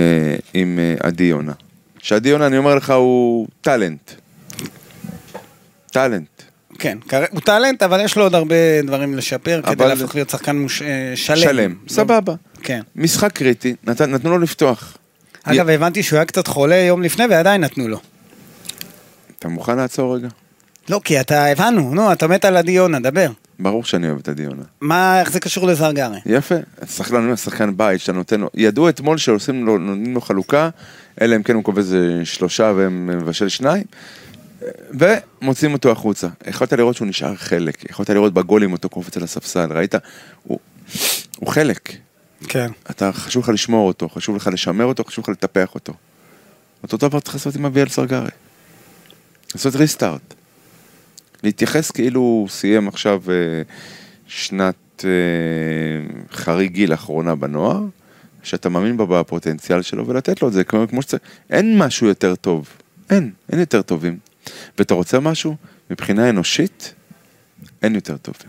עם אה, עדי יונה. שעדי יונה, אני אומר לך, הוא טאלנט. טאלנט.
כן, כר- הוא טאלנט, אבל יש לו עוד הרבה דברים לשפר כדי
אבל-
להפוך להיות שחקן מוש... אה, שלם.
שלם,
לא-
סבבה.
כן.
משחק קריטי, נת- נתנו לו לפתוח.
אגב, הבנתי שהוא היה קצת חולה יום לפני ועדיין נתנו לו.
אתה מוכן לעצור רגע?
לא, כי אתה, הבנו, נו, אתה מת על עדי יונה, דבר.
ברור שאני אוהב את הדיונה.
מה, איך זה קשור לזרגרי?
יפה, שחקן, שחקן בית שאתה נותן לו, ידעו אתמול שעושים לו, נותנים לו חלוקה, אלא אם כן הוא קובע איזה שלושה והם מבשל שניים, ומוציאים אותו החוצה. יכולת לראות שהוא נשאר חלק, יכולת לראות בגולים אותו קופץ על הספסל, ראית? הוא, הוא חלק.
כן.
אתה, חשוב לך לשמור אותו, חשוב לך לשמר אותו, חשוב לך לטפח אותו. אותו דבר צריך לעשות עם אביאל סרגרי. לעשות ריסטארט. להתייחס כאילו הוא סיים עכשיו אה, שנת אה, חריג גיל אחרונה בנוער, שאתה מאמין בה בפוטנציאל שלו, ולתת לו את זה כמו, כמו שצריך. אין משהו יותר טוב. אין, אין יותר טובים. ואתה רוצה משהו? מבחינה אנושית, אין יותר טובים.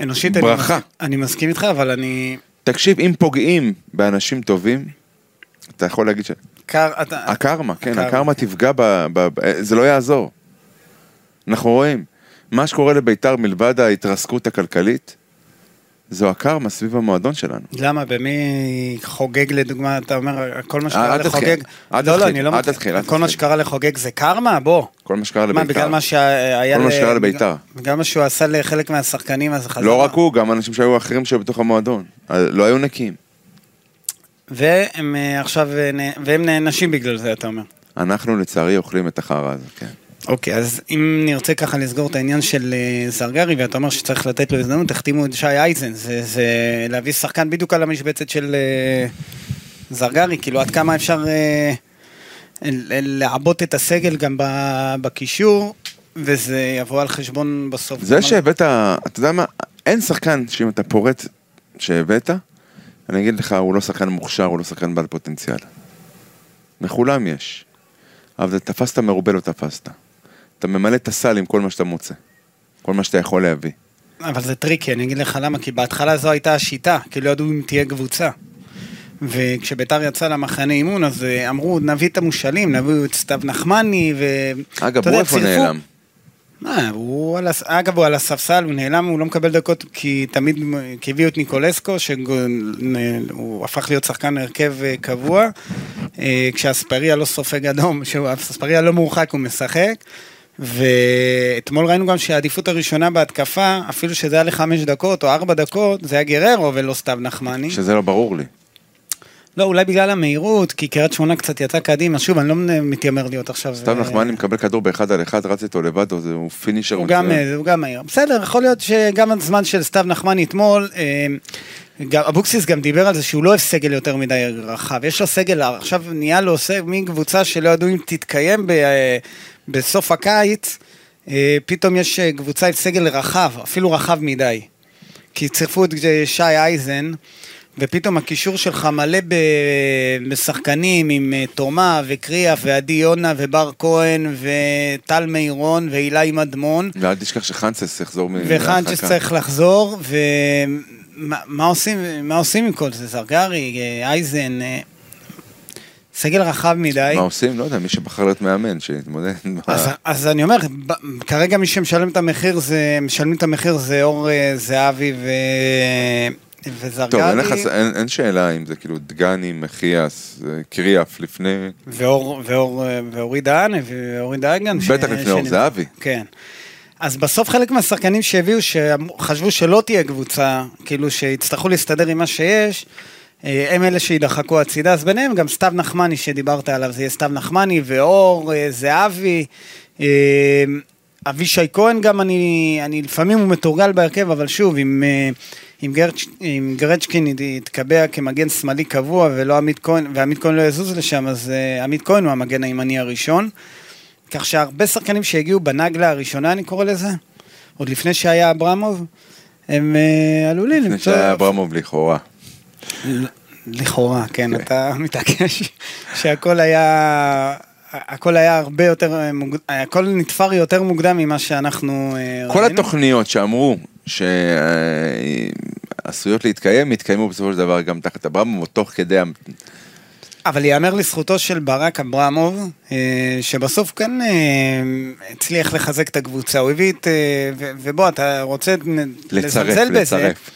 אנושית, אני
ברכה.
מס- אני מסכים איתך, אבל אני...
תקשיב, אם פוגעים באנשים טובים, אתה יכול להגיד ש...
קר... אתה...
הקרמה, כן,
הקרמה.
הקרמה תפגע ב... ב... ב- זה לא יעזור. אנחנו רואים, מה שקורה לביתר מלבד ההתרסקות הכלכלית, זו הקרמה סביב המועדון שלנו.
למה? במי חוגג לדוגמה, אתה אומר, כל מה שקרה
אה, אל תתחיל,
לחוגג...
אל
לא, לא,
תתחיל,
אני לא
אל
מתחיל.
תתחיל, אל
כל מה
תתחיל.
שקרה לחוגג זה קרמה? בוא.
כל מה שקרה
מה, בגלל
לביתר.
מה שהיה...
כל מה
ל-
שקרה לביתר.
בגלל מה שהוא עשה לחלק מהשחקנים, אז חזר.
לא רק הוא, גם אנשים שהיו אחרים שהיו בתוך המועדון. אה, לא היו נקיים.
והם אה, עכשיו... אה, נה- והם נענשים בגלל זה, אתה אומר.
אנחנו לצערי אוכלים את החרא הזה, כן.
אוקיי, אז אם נרצה ככה לסגור את העניין של אה, זרגרי, ואתה אומר שצריך לתת לו הזדמנות, תחתימו את שי אייזן, זה, זה להביא שחקן בדיוק על המשבצת של אה, זרגרי, כאילו עד כמה אפשר אה, ל- לעבות את הסגל גם ב- בקישור, וזה יבוא על חשבון בסוף.
זה שהבאת, אתה יודע מה, אין שחקן שאם אתה פורט שהבאת, אני אגיד לך, הוא לא שחקן מוכשר, הוא לא שחקן בעל פוטנציאל. לכולם יש. אבל תפסת מרובה לא תפסת. אתה ממלא את הסל עם כל מה שאתה מוצא. כל מה שאתה יכול להביא.
אבל זה טריקי, אני אגיד לך למה, כי בהתחלה זו הייתה השיטה, כי לא ידעו אם תהיה קבוצה. וכשביתר יצא למחנה אימון, אז אה, אמרו, נביא את המושאלים, נביא את סתיו נחמני, ו...
אגב,
אתה
הוא
יודע,
איפה
צירפו-
נעלם?
מה, הוא על הס... אגב, הוא על הספסל, הוא נעלם, הוא לא מקבל דקות, כי תמיד, כי הביאו את ניקולסקו, שהוא הפך להיות שחקן הרכב אה, קבוע, אה, כשאספריה לא סופג אדום, כשאספריה לא מורחק, הוא משחק. ואתמול ראינו גם שהעדיפות הראשונה בהתקפה, אפילו שזה היה לחמש דקות או ארבע דקות, זה היה גררו ולא סתיו נחמני.
שזה לא ברור
אה.
לי.
לא, אולי בגלל המהירות, כי קריית שמונה קצת יצאה קדימה. שוב, אני לא מתיימר להיות עכשיו...
סתיו
אה,
נחמני מקבל כדור באחד על אחד, רץ איתו לבד, הוא- הוא פינישר.
הוא גם,
מצוין.
אה, הוא גם מהיר. בסדר, יכול להיות שגם הזמן של סתיו נחמני אתמול, אה, גם- אבוקסיס גם דיבר על זה שהוא לא אוהב סגל יותר מדי רחב. יש לו סגל, עכשיו נהיה לו סגל, מין קבוצה שלא ידעו אם תתקיים ב, אה, בסוף הקיץ, אה, פתאום יש אה, קבוצה עם סגל רחב, אפילו רחב מדי. כי צירפו את אה, שי אייזן, ופתאום הקישור שלך מלא ב- בשחקנים עם אה, תומה וקריאף ועדי יונה ובר כהן וטל מירון ואילי מדמון,
ואל תשכח שחנסס יחזור מ...
אה, וחנצ'ס
מהרחקה.
צריך לחזור, ומה מה עושים, מה עושים עם כל זה? זרגרי, אה, אייזן, אה, סגל רחב מדי.
מה עושים? לא יודע, מי שבחר להיות מאמן, שיתמודד.
אז,
מה-
אז אני אומר, ב- כרגע מי שמשלם את המחיר זה, משלמים את המחיר זה אור אה, זהבי ו... וזרגרי.
טוב, אין, לך, אין, אין שאלה אם זה כאילו דגני, מחיאס, אה, קריאף לפני...
ואור, ואור, אה, ואורי דהן, ואורי דהגן. ש-
בטח לפני אור
שנמצא-
זהבי.
כן. אז בסוף חלק מהשחקנים שהביאו, שחשבו שלא תהיה קבוצה, כאילו שיצטרכו להסתדר עם מה שיש, אה, הם אלה שידחקו הצידה, אז ביניהם גם סתיו נחמני שדיברת עליו, זה יהיה סתיו נחמני ואור, אה, זהבי, אה, אבישי כהן גם, אני, אני לפעמים הוא מתורגל בהרכב, אבל שוב, אם, אה, אם, גרצ', אם גרצ'קין ית- יתקבע כמגן שמאלי קבוע ולא עמית כהן, ועמית כהן לא יזוז לשם, אז אה, עמית כהן הוא המגן הימני הראשון. כך שהרבה שחקנים שהגיעו בנגלה הראשונה, אני קורא לזה, עוד לפני שהיה אברמוב, הם אה, עלולים
לפני
למצוא...
שהיה אברמוב לכאורה.
לכאורה, כן, אתה מתעקש שהכל היה... הכל היה הרבה יותר, אה, מוג- הכל נתפר יותר מוקדם ממה שאנחנו אה,
כל
ראינו.
התוכניות שאמרו שעשויות להתקיים, התקיימו בסופו של דבר גם תחת אברמוב, או תוך כדי... המ-
אבל ייאמר לזכותו של ברק אברמוב, אה, שבסוף כן אה, הצליח לחזק את הקבוצה. הוא הביא את... אה, ו- ובוא, אתה רוצה נ-
לצרף,
לזלזל בזה.
לצרף.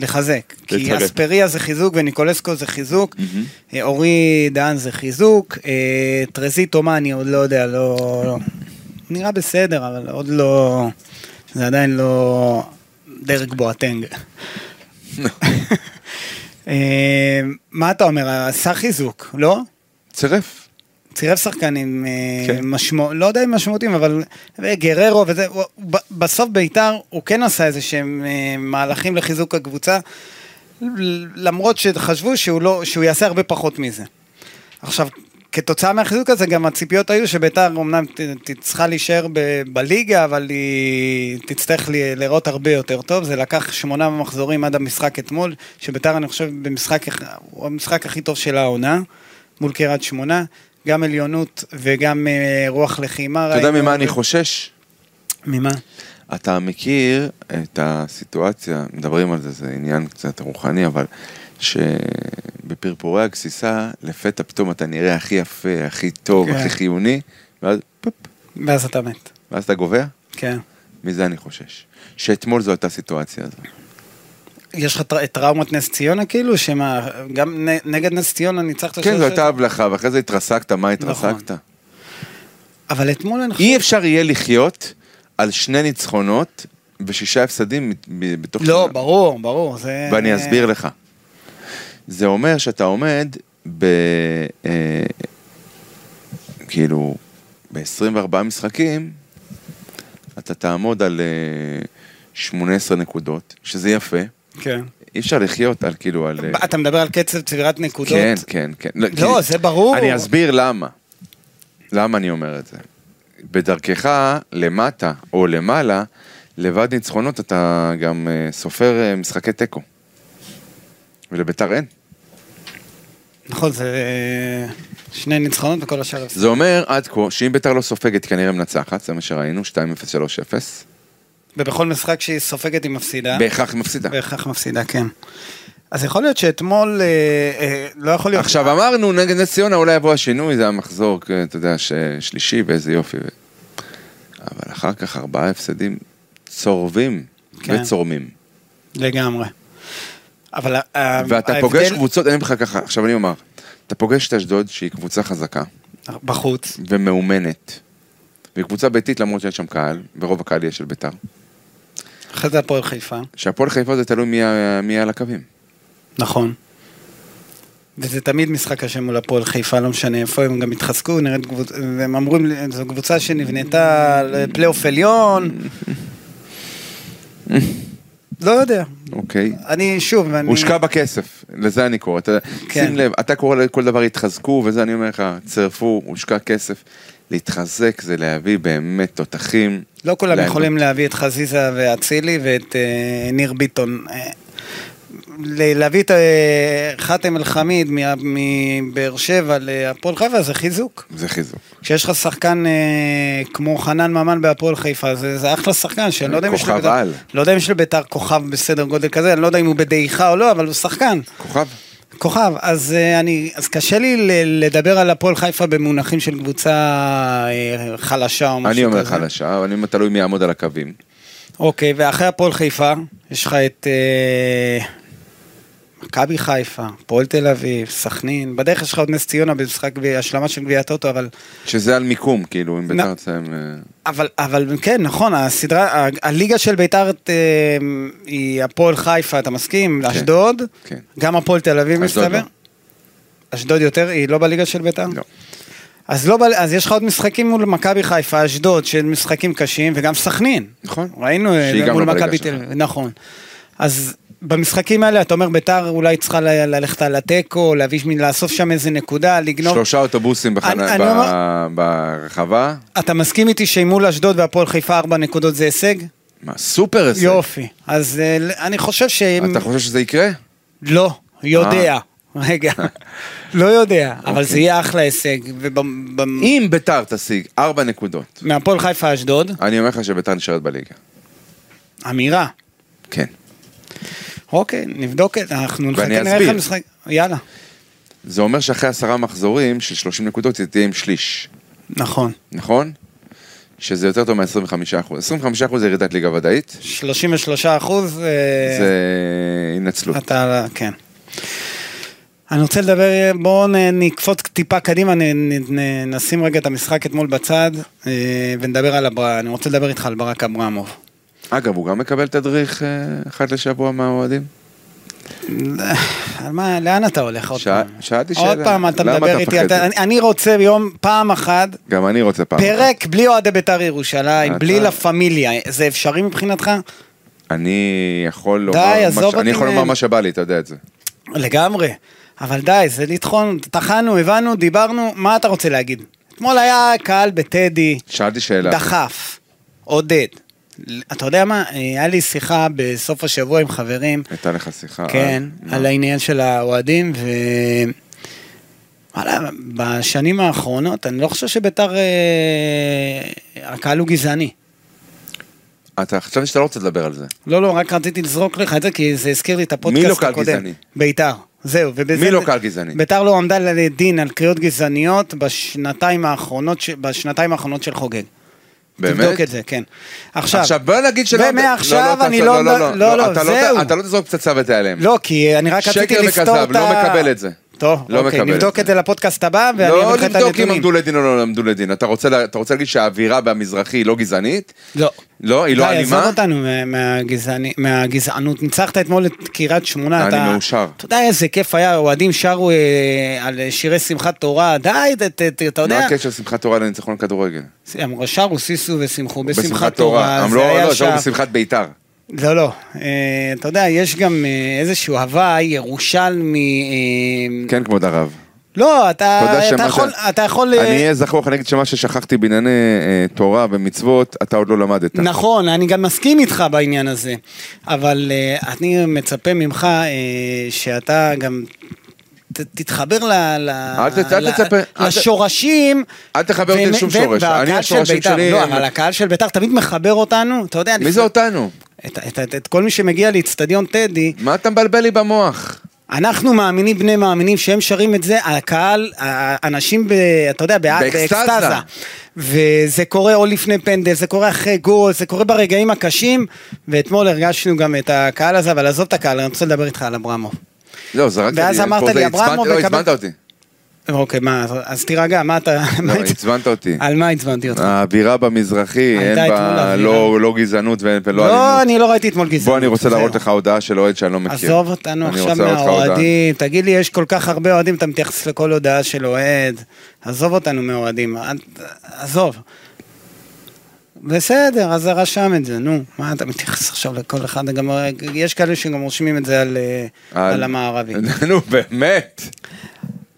לחזק. כי
לצרף.
אספריה זה חיזוק וניקולסקו זה חיזוק, אה, אורי דהן זה חיזוק, אה, טרזיטו מה אני עוד לא יודע, לא... לא. נראה בסדר, אבל עוד לא... זה עדיין לא דרג בואטנג. אה, מה אתה אומר, עשה חיזוק, לא?
צירף.
צירף שחקנים, אה,
כן.
משמע, לא יודע אם משמעותיים, אבל אה, גררו וזה, הוא, ב, בסוף בית"ר הוא כן עשה איזה שהם אה, מהלכים לחיזוק הקבוצה, ל- למרות שחשבו שהוא, לא, שהוא יעשה הרבה פחות מזה. עכשיו, כתוצאה מהחיזוק הזה גם הציפיות היו שביתר אמנם ת- ת- צריכה להישאר ב- בליגה, אבל היא תצטרך ל- להיראות הרבה יותר טוב. זה לקח שמונה מחזורים עד המשחק אתמול, שביתר אני חושב במשחק, אח- הוא המשחק הכי טוב של העונה, מול קריית שמונה. גם עליונות וגם אה, רוח לחימה.
אתה יודע
ראינו.
ממה אני חושש?
ממה?
אתה מכיר את הסיטואציה, מדברים על זה, זה עניין קצת רוחני, אבל שבפרפורי הגסיסה, לפתע פתאום אתה נראה הכי יפה, הכי טוב,
כן.
הכי חיוני, ואז פופ,
ואז אתה מת.
ואז אתה גובע?
כן.
מזה אני חושש. שאתמול זו הייתה סיטואציה הזו.
יש לך טר- טראומת נס ציונה כאילו? שמה, גם נ- נגד נס ציונה ניצחת
כן, זו
שלוש-
הייתה הבלחה, ואחרי זה התרסקת, מה
נכון.
התרסקת?
אבל אתמול אני
אי אפשר יהיה לחיות על שני ניצחונות ושישה הפסדים מת- ב- בתוך...
לא,
שנה.
ברור, ברור. זה...
ואני אסביר לך. זה אומר שאתה עומד ב... אה, כאילו, ב-24 משחקים, אתה תעמוד על אה, 18 נקודות, שזה יפה.
כן.
אי אפשר לחיות על כאילו, על... אה,
אתה מדבר על קצב צבירת נקודות?
כן, כן, כן.
לא,
כי-
זה ברור.
אני אסביר למה. למה אני אומר את זה. בדרכך למטה או למעלה, לבד ניצחונות אתה גם אה, סופר אה, משחקי תיקו. ולביתר אין.
נכון, זה אה, שני ניצחונות וכל השאר. הפסד.
זה אומר עד כה, שאם ביתר לא סופגת, כנראה מנצחת, זה מה שראינו, 2-0, 3-0,
ובכל משחק שהיא סופגת היא מפסידה.
בהכרח היא מפסידה.
כן. בהכרח מפסידה, כן. אז יכול להיות שאתמול, אה, אה, לא יכול להיות.
עכשיו אמרנו, נגד נס ציונה אולי יבוא השינוי, זה המחזור, אה, אתה יודע, ש- שלישי, ואיזה יופי. ו- אבל אחר כך ארבעה הפסדים צורבים
כן.
וצורמים.
לגמרי. אבל ה- ה-
ואתה
ההבדל-
פוגש קבוצות, אני אומר לך ככה, עכשיו אני אומר, אתה פוגש את אשדוד שהיא קבוצה חזקה
בחוץ.
ומאומנת, והיא קבוצה ביתית למרות שיש שם קהל, ורוב הקהל יהיה של ביתר,
אחרי זה הפועל חיפה.
שהפועל חיפה זה תלוי מי, ה- מי על הקווים.
נכון. וזה תמיד משחק קשה מול הפועל חיפה, לא משנה איפה, הם גם התחזקו, נראית קבוצה, הם אמרו, זו קבוצה שנבנתה לפלייאוף עליון. לא יודע.
אוקיי.
אני שוב, אני...
הושקע בכסף, לזה אני קורא. אתה,
כן.
שים לב, אתה קורא לכל דבר התחזקו, וזה אני אומר לך, צרפו, הושקע כסף. להתחזק זה להביא באמת תותחים.
לא כולם
לאן-
יכולים להביא את חזיזה ואצילי ואת אה, ניר ביטון. אה, ל- להביא את אה, חאתם אל-חמיד מה- מבאר שבע להפועל חיפה זה חיזוק.
זה חיזוק.
כשיש לך שחקן אה, כמו חנן ממן בהפועל חיפה, זה, זה אחלה שחקן, שאני לא יודע אם יש
כוכב
לביתר,
על.
לא יודע אם יש לביתר כוכב בסדר גודל כזה, אני לא יודע אם הוא בדעיכה או לא, אבל הוא שחקן,
כוכב?
כוכב. אז, אה, אני, אז קשה לי ל- לדבר על הפועל חיפה במונחים של קבוצה אה, חלשה או משהו כזה.
אני אומר לך על השעה, אבל אם תלוי מי יעמוד על הקווים.
אוקיי, ואחרי הפועל חיפה, יש לך את אה, מכבי חיפה, הפועל תל אביב, סכנין, בדרך יש לך עוד נס ציונה במשחק בהשלמה של גביע הטוטו, אבל...
שזה על מיקום, כאילו, אם ביתר
נ-
תסיים... אה,
אבל, אבל כן, נכון, הסדרה, ה- הליגה של ביתר אה, היא הפועל חיפה, אתה מסכים?
כן,
אשדוד?
כן.
גם הפועל תל אביב
אשדוד
מסתבר?
לא.
אשדוד יותר? היא לא בליגה של ביתר?
לא.
אז, לא, בל- אז יש לך עוד משחקים מול מכבי חיפה, אשדוד, של משחקים קשים, וגם סכנין.
נכון.
ראינו אה,
שהיא גם
מול
לא בליגה
מכבי
שלך.
תל אביב, נכון. אז במשחקים האלה, אתה אומר, ביתר אולי צריכה ל- ללכת על התיקו, להביא, לאסוף שם איזה נקודה, לגנוב...
שלושה אוטובוסים בחנה-
אני- אני
ב-
אומר-
ברחבה.
אתה מסכים איתי שמול אשדוד והפועל חיפה ארבע נקודות זה הישג?
מה, סופר הישג.
יופי. אז אה, ל- אני חושב שהם...
אתה חושב שזה יקרה?
לא, יודע. רגע, לא יודע, אבל
אוקיי.
זה יהיה אחלה הישג. וב- ב-
אם ביתר תשיג ארבע נקודות,
מהפועל חיפה אשדוד,
אני אומר לך שביתר נשארת בליגה.
אמירה.
כן.
אוקיי, נבדוק את זה, אנחנו נחכה
ואני
נראה
אסביר.
איך המשחק... יאללה.
זה אומר שאחרי עשרה מחזורים של 30 נקודות זה תהיה עם שליש,
נכון.
נכון? שזה יותר טוב מ-25%. 25% זה ירידת ליגה ודאית,
33 אחוז. אה,
זה הינצלות.
אתה, כן. אני רוצה לדבר, בואו נ- נקפוץ טיפה קדימה, נ, נ, נ, נשים רגע את המשחק אתמול בצד אה, ונדבר על הברק, אני רוצה לדבר איתך על ברק אברמוב.
אגב, הוא גם מקבל תדריך אה, אחת לשבוע מהאוהדים?
על מה, לאן אתה הולך עוד
ש-
פעם?
שאלתי
עוד
שאלה.
פעם אתה
למה
מדבר
אתה
איתי,
מפחד?
אתה- אני- אני רוצה יום, פעם אחת,
גם אני רוצה פעם. אחת.
פרק בלי אוהדי בית"ר ירושלים,
אתה-
בלי לה פמיליה, זה אפשרי מבחינתך?
אני יכול לומר,
די,
מה
עזוב
ש-
אותי
אני יכול לומר
מהם.
מה שבא לי, אתה יודע את זה.
לגמרי. אבל די, זה לטחון, טחנו, הבנו, דיברנו, מה אתה רוצה להגיד? אתמול היה קהל בטדי,
שאלתי שאלה.
דחף, עודד. אתה יודע מה, אה, היה לי שיחה בסוף השבוע עם חברים,
הייתה לך שיחה.
כן,
אה?
על העניין של האוהדים, ו... וואלה, בשנים האחרונות, אני לא חושב שביתר... אה, הקהל הוא גזעני.
אתה חשבתי שאתה לא רוצה לדבר על זה.
לא, לא, רק רציתי לזרוק לך את זה, כי זה הזכיר לי את הפודקאסט
מי לא
הקודם.
קהל גזעני?
ביתר. זהו, ובזה...
מי לא קהל גזעני?
ביתר לא עמדה לדין על קריאות גזעניות בשנתיים האחרונות, ש... בשנתיים האחרונות של חוגג.
באמת?
תבדוק את זה, כן. עכשיו...
עכשיו בוא נגיד שלא...
ומעכשיו
לא, לא,
אני
אתה-
לא...
לא, לא, לא, אתה לא-
זהו.
אתה לא תזרוק פצצה ותיעלם.
לא, כי אני רק
שקר
רציתי לפתור את ה...
וכזב, לא מקבל את זה.
טוב,
לא
אוקיי,
מקבל
נבדוק
את
את זה לפודקאסט הבא, ואני
לא
אביא לך את
לבדוק אם
הנתונים.
עמדו לדין או לא עמדו לדין. אתה רוצה לה- אתה רוצה להגיד שהאווירה במזרחי היא לא גזענית?
לא.
לא, היא לא
די, עזוב
אלימה?
אותנו מה- מהגזעני- מהגזענות. ניצחת אתמול את קריית שמונה.
אני
אתה-
מאושר.
אתה יודע איזה כיף היה, אוהדים שרו אה, על שירי שמחת תורה. די, ת- ת- ת- אתה
מה
יודע.
הקשר שמחת תורה לניצחון כדורגל?
הם שרו סיסו ושמחו בשמחת תורה.
הם
זה
לא,
היה
לא,
שם.
שם בשמחת בית"ר.
לא, לא. אה, אתה יודע, יש גם אה, איזשהו הוואי ירושלמי. אה,
כן, כבוד הרב.
לא,
אתה יודע
אתה אתה
שמה
יכול...
ש-
אתה יכול...
אני
אה,
אהיה זכור לך, אני אגיד שמה ששכחתי בענייני אה, תורה ומצוות, אתה עוד לא למדת.
נכון, אני גם מסכים איתך בעניין הזה, אבל uh, אני מצפה ממך uh, שאתה גם ת, תתחבר ל, ל,
אל ת- אל
ל,
תצפה, אל ת-
לשורשים.
אל תחבר אותי
ומ-
לשום
ו-
שורש, אני
והקהל של
השורשים
בית"ר,
שלי
לא,
הם-
אבל הקהל של בית"ר תמיד מחבר אותנו, אתה יודע,
מי זה אותנו?
את, את, את, את כל מי שמגיע לאיצטדיון טדי,
מה אתה מבלבל לי במוח?
אנחנו מאמינים בני מאמינים שהם שרים את זה, הקהל, האנשים, ב, אתה יודע, בא-
באקסטזה.
באקסטזה. וזה קורה או לפני פנדל, זה קורה אחרי גול, זה קורה ברגעים הקשים, ואתמול הרגשנו גם את הקהל הזה, אבל עזוב את הקהל, אני רוצה לדבר איתך על אברמוב.
לא, זרקת לי,
ואז אמרת
פה
לי,
זה
אברמוב
עצבנת- לא,
מקבל-
עצבנת אותי.
אוקיי, מה, אז- אז תירגע, מה אתה...
לא, אה,
מה הצ-
עצבנת אותי.
על מה עצבנתי אותך?
האווירה במזרחי, אין
אה, הייתה אתמול
בה
אווירה.
לא לא גזענות ואין- ולא
לא,
אלימות.
אני לא ראיתי אתמול גזענות.
בוא, אני רוצה להראות
זהו.
לך הודעה של אוהד שאני לא מכיר.
עזוב אותנו
אני
עכשיו
רוצה להראות לך הודעה.
מהאוהדים, תגיד לי, יש כל כך הרבה אוהדים, אתה מתייחס לכל הודעה של אוהד, עזוב אותנו מהאוהדים, אל- עזוב. בסדר, אז רשם את זה, נו, מה אתה מתייחס עכשיו לכל אחד, גם, יש כאלה שגם רושמים את זה על, על...
על-
על המערבי. אה,
נו, באמת.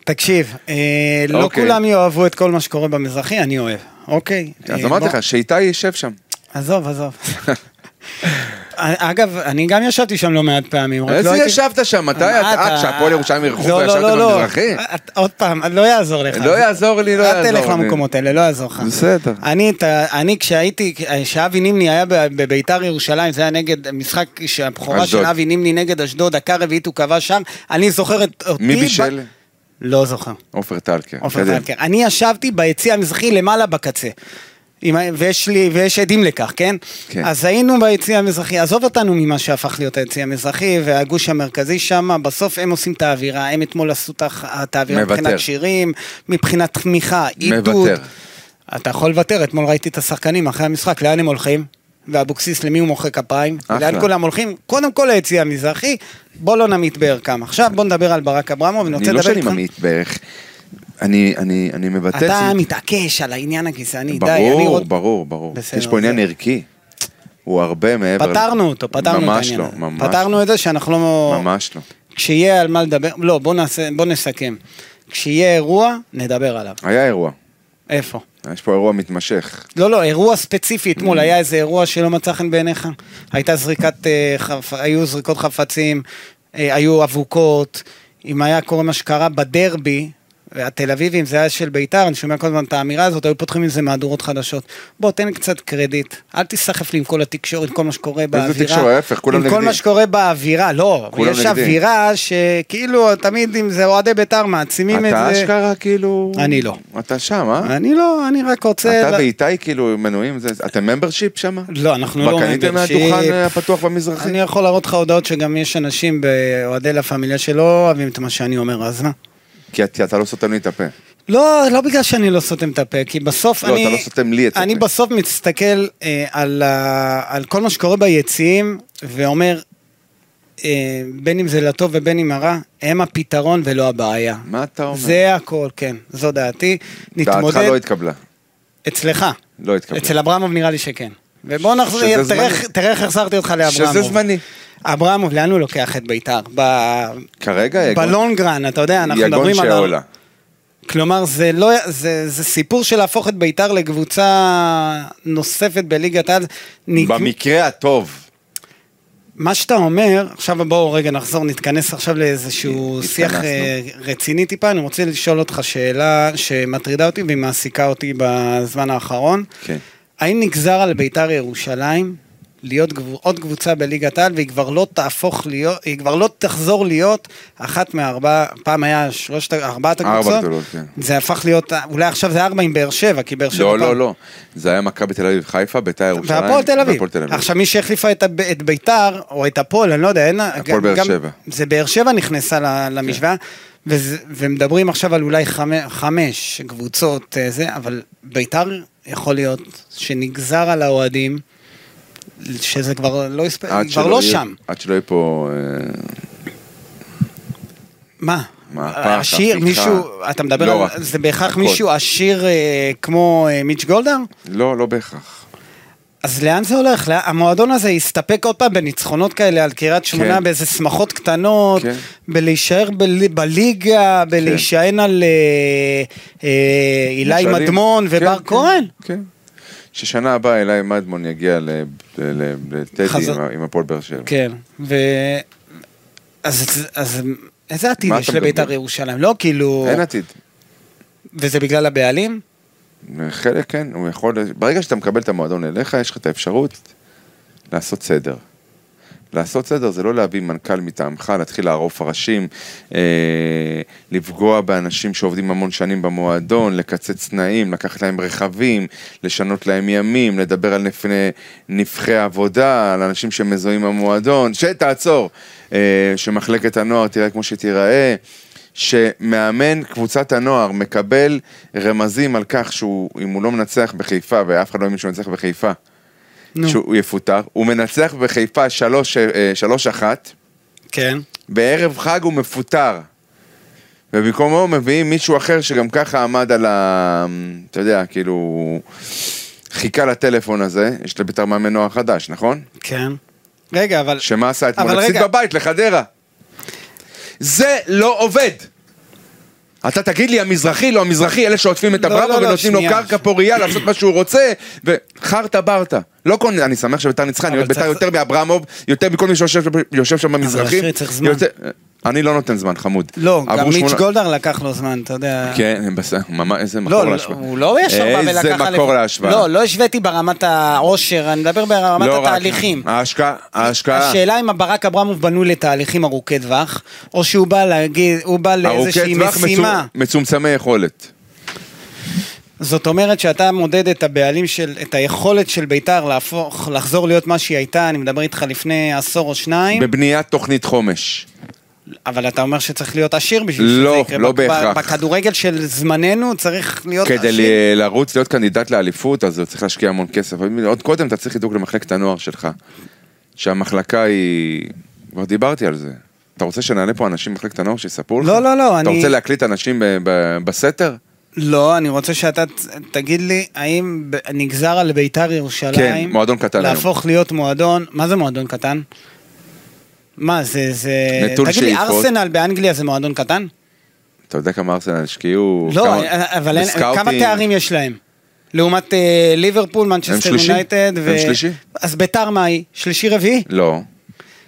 תקשיב, אה, לא
אוקיי.
כולם יאהבו את כל מה שקורה במזרחי, אני אוהב, אוקיי?
אז
אה,
אמרתי
בוא-
לך, שאיתי יישב שם.
עזוב, עזוב. אה, אגב, אני גם ישבתי שם לא מעט פעמים, רק לא
איזה
הייתי... אה,
ישבת שם? מתי? את- את שהפועל ירושלים
לא,
אירחו
לא,
וישבתם
לא, לא.
במזרחי?
את- עוד פעם, לא יעזור לך.
לא יעזור לי, לא יעזור לי.
אל תלך למקומות האלה, לא יעזור לך.
בסדר.
אני, את ה- אני כשהייתי, כשאבי נימני היה ב- בביתר ירושלים, זה היה נגד משחק שהבכורה של
אשדוד.
אבי נימני נגד אשדוד, דקה רביעית הוא כבש שם, אני זוכר את אותי...
מי
ב-
בישל?
לא זוכר.
עופר טלקר.
עופר
קדימה.
טלקר. כן, אני ישבתי ביציע המזרחי למעלה בקצה. עם, ה- ויש לי, ויש עדים לכך, כן?
כן.
אז היינו ביציע המזרחי, עזוב אותנו ממה שהפך להיות היציע המזרחי והגוש המרכזי שם, בסוף הם עושים את האווירה, הם אתמול עשו את הח- את האווירה
מוותר.
מבחינת שירים, מבחינת תמיכה, עידוד.
מוותר.
אתה יכול לוותר, אתמול ראיתי את השחקנים אחרי המשחק, לאן הם הולכים? ואבוקסיס, למי הוא מוחא כפיים?
אחלה.
לאן כולם הולכים? קודם כל היציע המזרחי, בוא לא נמעיט בערכם. עכשיו בוא נדבר על ברק אברמוב, אני רוצה
אני לא
לדבר
שאני
איתך...
ממעיט בערך. אני, אני, אני מבטא את
אתה
זה.
מתעקש על העניין הגזעני, די, אני
ברור,
רוצ-
ברור, ברור.
בסדר,
יש פה עניין
זה-
ערכי. הוא הרבה מעבר.
פתרנו אותו, פתרנו את העניין.
ממש
הזה.
לא, ממש
פתרנו את זה שאנחנו לא...
ממש לא.
כשיהיה על מה לדבר, לא, בוא נעשה- בוא נסכם. כשיהיה אירוע, נדבר עליו.
היה אירוע.
איפה?
יש פה אירוע מתמשך.
לא, לא, אירוע ספציפי אתמול,
Mm.
היה איזה אירוע שלא מצא חן בעיניך? הייתה זריקת, אה, חפ- היו זריקות חפצים, אה, היו אבוקות, אם היה קורה מה שקרה בדרבי, התל אביבים, זה היה של ביתר, אני שומע כל הזמן את האמירה הזאת, היו פותחים עם זה מהדורות חדשות. בוא, תן קצת קרדיט, אל תסחף לי עם כל התקשורת, עם כל מה שקורה באווירה.
תקשורת? ההפך, כולם
עם כל
נגדי.
מה שקורה באווירה, לא,
כולם
יש
נגדי.
אווירה שכאילו, תמיד אם זה אוהדי ביתר מעצימים את זה.
אתה אשכרה כאילו...
אני לא.
אתה שם, אה?
אני לא, אני רק רוצה...
אתה
ל-
ואיתי כאילו מנויים, זה- אתם ממברשיפ שם?
לא, אנחנו
מה,
לא
קניתם
membership.
מהדוכן אה, הפתוח במזרחי?
אני יכול להראות לך הודעות שגם יש אנשים באוהדי לה פמיליה שלא אוהבים את מה שאני אומר, אז מה?
כי את- אתה לא סותם לי את הפה.
לא, לא בגלל שאני לא סותם את הפה, כי בסוף
לא,
אני...
אתה לא סותם לי את
אני
הפה.
בסוף מסתכל אה, על, ה... על כל מה שקורה ביציעים, ואומר, אה, בין אם זה לטוב ובין אם הרע, הם הפתרון ולא הבעיה.
מה אתה אומר?
זה הכל, כן, זו דעתי.
דעתך
נתמודד
לא התקבלה.
אצלך.
לא התקבלה.
אצל אברמוב נראה לי שכן. ובוא נחזור,
שזה
תראה
זמני.
איך- תראה איך החזרתי אותך לאברמוב.
שזה זמני.
אברמוב, לאן הוא לוקח את ביתר? ב...
כרגע יגון-
בלונגרן, אתה יודע, אנחנו
אה, יגון
מדברים על...
שעולה.
כלומר, זה, לא, זה, זה סיפור של להפוך את ביתר לקבוצה נוספת בליגת העל. נק-
במקרה הטוב.
מה שאתה אומר, עכשיו בואו רגע נחזור, נתכנס עכשיו לאיזשהו
התכנסנו.
שיח אה, רציני טיפה, אני רוצה לשאול אותך שאלה שמטרידה אותי והיא מעסיקה אותי בזמן האחרון.
כן.
האם נגזר על ביתר ירושלים להיות גב... עוד קבוצה בליגת העל והיא כבר לא תהפוך להיות, היא כבר לא תחזור להיות אחת מארבע, פעם היה שלושת, ארבעת
ארבע
הקבוצות?
גדולות, כן.
זה הפך להיות, אולי עכשיו זה ארבע עם באר שבע, כי באר שבע
לא,
פעם...
לא, לא. זה היה מכבי תל אביב חיפה, ביתר ירושלים.
והפועל תל אביב.
והפועל תל אביב.
עכשיו מי שהחליפה את, הב- את ביתר, או את הפועל, אני לא יודע, אין...
הפועל באר שבע. כן.
זה באר שבע נכנסה ל- למשוואה, וזה, ומדברים עכשיו על אולי חמש, חמש קבוצות, אה, זה, אבל ביתר יכול להיות שנגזר על האוהדים, שזה כבר לא, הספ...
עד
כבר
שלא
לא
יהיה-
שם.
עד שלא יהיה פה... אה,
מה?
מהפך,
עשיר,
הפיכה.
מישהו, אתה מדבר
לא
על,
רק.
זה בהכרח
הכל.
מישהו עשיר אה, כמו אה, מיץ' גולדהר?
לא, לא בהכרח.
אז לאן זה הולך? לאן- המועדון הזה יסתפק עוד פעם בניצחונות כאלה על קריית שמונה,
כן.
באיזה שמחות קטנות,
כן.
בלהישאר בל... בליגה, בלהישען על אה, אה, אילי
מושאלים.
מדמון
כן,
ובר
כן,
כהן.
כן. ששנה הבאה אליי מדמון יגיע ל- ל- ל- לטדי
חזר-
עם ה- עם הפועל באר שבע.
כן, ו... אז, אז איזה עתיד
מה
יש
אתה מדבר?
לבית"ר ירושלים? לא כאילו...
אין עתיד.
וזה בגלל הבעלים?
חלק כן, הוא יכול... ברגע שאתה מקבל את המועדון אליך, יש לך את האפשרות לעשות סדר. לעשות סדר זה לא להביא מנכ"ל מטעמך, להתחיל לערוף ראשים, אה, לפגוע באנשים שעובדים המון שנים במועדון, לקצץ תנאים, לקחת להם רכבים, לשנות להם ימים, לדבר על נפני, נפחי עבודה, על אנשים שמזוהים עם המועדון, שתעצור, אה, שמחלקת הנוער תראה כמו שתיראה. שמאמן קבוצת הנוער מקבל רמזים על כך שהוא, אם הוא לא מנצח בחיפה, ואף אחד לא האמין שהוא מנצח בחיפה,
נו.
שהוא יפוטר, הוא מנצח בחיפה 3-1,
כן.
בערב חג הוא מפוטר. ובמקומו מביאים מישהו אחר שגם ככה עמד על ה... אתה יודע, כאילו... חיכה לטלפון הזה, יש לביתר מאמן נוער חדש, נכון?
כן. רגע, אבל...
שמה עשה אתמול?
אבל
הפסיד
רגע.
בבית לחדרה. זה לא עובד. אתה תגיד לי, המזרחי, לא המזרחי, אלה שעוטפים את
לא,
הברבו
לא, לא,
ונותנים לו
שנייה.
קרקע פורייה לעשות מה שהוא רוצה, וחרטה ברטה. לא כל... אני שמח שביתר ניצחה, אני
אבל
אוהב ביתר
צריך-
יותר מאברמוב, יותר מכל מי שיושב יושב שם במזרחי.
אשרי, צריך זמן.
אני לא נותן זמן, חמוד.
לא, גם
עברו
מיץ'
שמונה-
גולדהר לקח לו זמן, אתה יודע.
כן, בסדר, ממש, איזה מקור
לא, לא,
להשוואה.
הוא לא ישר בא ולקח...
איזה
אליפות.
מקור להשוואה.
לא, לא השוויתי ברמת העושר, אני מדבר ברמת
לא רק.
התהליכים.
ההשקעה, ההשקעה.
השאלה אם ברק אברמוב בנוי לתהליכים ארוכי טווח, או שהוא בא להגיד, הוא בא לאיזושהי
מצו-
משימה.
מצומצמי יכולת.
זאת אומרת שאתה מודד את הבעלים של, את היכולת של ביתר להפוך, לחזור להיות מה שהיא הייתה, אני מדבר איתך לפני עשור או שניים,
בבניית תוכנית חומש.
לא, אבל אתה אומר שצריך להיות עשיר בשביל
לא,
שזה יקרה.
לא
בכ-
בהכרח.
בכדורגל של זמננו צריך להיות
כדי
עשיר.
ל- לרוץ להיות קנדידט לאליפות, אז צריך להשקיע המון כסף. אבל עוד קודם אתה צריך לדאוג למחלקת הנוער שלך. שהמחלקה היא... כבר דיברתי על זה. אתה רוצה שנעלה פה אנשים במחלקת הנוער שיספרו לך?
לא, לא, לא,
אתה
אני-
רוצה להקליט אנשים ב- ב- בסתר?
לא, אני רוצה שאתה ת- תגיד לי, האם ב- נגזר על ביתר ירושלים...
כן, מועדון קטן היום.
להפוך להיות מועדון... מה זה מועדון קטן? מה, זה... זה...
נטול
תגיד לי,
שאיפות.
ארסנל באנגליה זה מועדון קטן?
אתה יודע כמה ארסנל השקיעו?
לא,
כמה-
אבל אין,
בסקאוטינג?
כמה תארים יש להם? לעומת אה, ליברפול, מנצ'סטר
שלישי.
יונייטד.
הם שלישי.
אז ביתר מה היא? שלישי רביעי?
לא.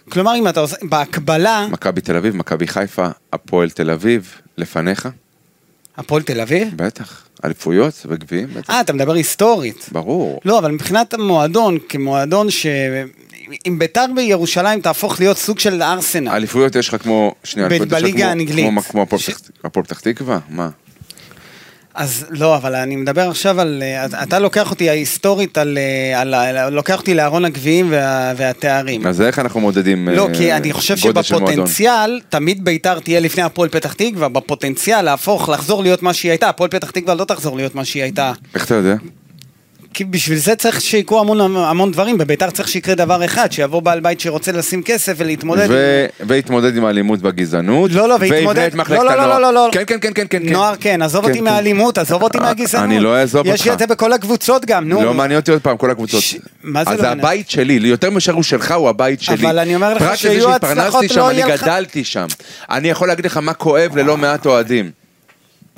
כלומר, אם אתה עושה... בהקבלה,
מכבי תל אביב, מכבי חיפה, הפועל תל אביב, לפניך?
הפועל תל אביב?
בטח. אליפויות וגביעים? בטח.
אה, אתה מדבר היסטורית.
ברור.
לא, אבל מבחינת המועדון, כמועדון ש... אם ביתר בירושלים תהפוך להיות סוג של ארסנל.
אליפויות יש לך כמו, שנייה,
ב-
אליפויות יש לך
בליגה
כמו-
האנגלית.
כמו- כמו הפועל
ש-
פתח- הפועל פתח תקווה? מה?
אז לא, אבל אני מדבר עכשיו על... אה, אתה- אתה לוקח אותי ההיסטורית על... אה, על ה- לוקח אותי לארון הגביעים וה- והתארים.
אז איך אנחנו מודדים
לא,
אה,
כי אני חושב
גודל של מועדון?
שבפוטנציאל, תמיד ביתר תהיה לפני הפועל פתח תקווה, בפוטנציאל להפוך, לחזור להיות מה שהיא הייתה, הפועל פתח תקווה לא תחזור להיות מה שהיא הייתה.
איך אתה יודע?
כי בשביל זה צריך שיקרו המון, המון דברים, בביתר צריך שיקרה דבר אחד, שיבוא בעל בית שרוצה לשים כסף ולהתמודד.
ו... והתמודד עם האלימות והגזענות.
לא, לא, והתמודד-
ויבנה את מחלקת
לא, לא, לא,
הנוער.
לא, לא, לא.
כן, כן, כן, כן, כן.
נוער כן, עזוב אותי מהאלימות, עזוב אותי
אה,
מהגזענות.
אני לא אעזוב
יש לי
אותך.
את זה בכל הקבוצות גם, נו.
לא מעניין אותי עוד פעם, כל הקבוצות.
ש- מה זה לא
אז
מעניין?
הבית שלי, יותר מאשר הוא שלך, הוא הבית שלי.
אבל אני אומר לך שיהיו הצלחות,
פרט לזה שהתפרנסתי
לא
שם, אני
יהיה לך-
גדלתי שם. אני יכול להגיד לך מה כואב ללא מעט אוהדים.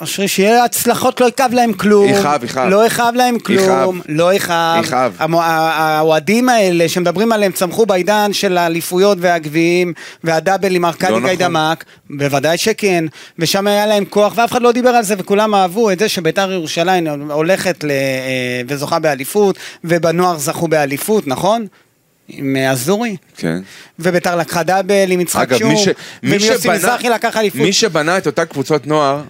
אושרי, שיהיה הצלחות, לא יכאב להם כלום.
יכאב, יכאב.
לא יכאב להם כלום.
יכאב.
לא יכאב.
יכאב.
המו- ה- האוהדים האלה שמדברים עליהם צמחו בעידן של האליפויות והגביעים והדאבל עם
לא
ארכדי
נכון.
גיידמק. בוודאי שכן. ושם היה להם כוח, ואף אחד לא דיבר על זה, וכולם אהבו את זה שביתר ירושלים הולכת ל- אה, וזוכה באליפות, ובנוער זכו באליפות, נכון? עם אה, אזורי.
כן.
וביתר לקחה דאבל עם יצחק
אגב, מי,
שום,
ש... מי
ומיוסי
שבנה...
מזרחי לקח אליפות.
מי שבנה את אותה קבוצת נוער...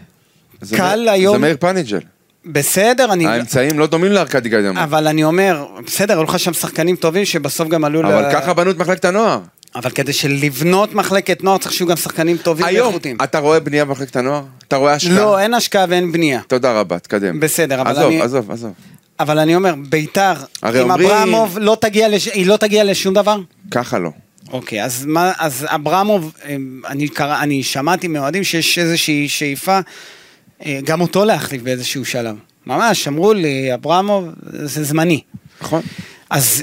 זה
קל
מא-
היום-
זה מאיר פניג'ל.
בסדר, אני...
האמצעים לא דומים לארכדי גדמון.
אבל אני אומר, בסדר, היו לך שם שחקנים טובים שבסוף גם עלו ל...
אבל ככה בנו את מחלקת הנוער.
אבל כדי שלבנות מחלקת נוער צריך שיהיו גם שחקנים טובים
היום,
ואיכותיים.
אתה רואה בנייה במחלקת הנוער? אתה רואה השקעה?
לא, אין השקעה ואין בנייה.
תודה רבה, תקדם.
בסדר, אבל
עזוב,
אני-
עזוב, עזוב.
אבל אני אומר, ביתר,
הרי
עם
אומרים-
אברמוב, לא תגיע לש- היא לא תגיע לשום דבר?
ככה לא.
אוקיי, אז מה, אז אברמוב, אמ, אני, קרא, אני שמעתי מאוהדים שיש איזושהי שאיפה, אה, גם אותו להחליף באיזשהו שלב. ממש, אמרו לי, אברמוב, זה זמני.
נכון?
אז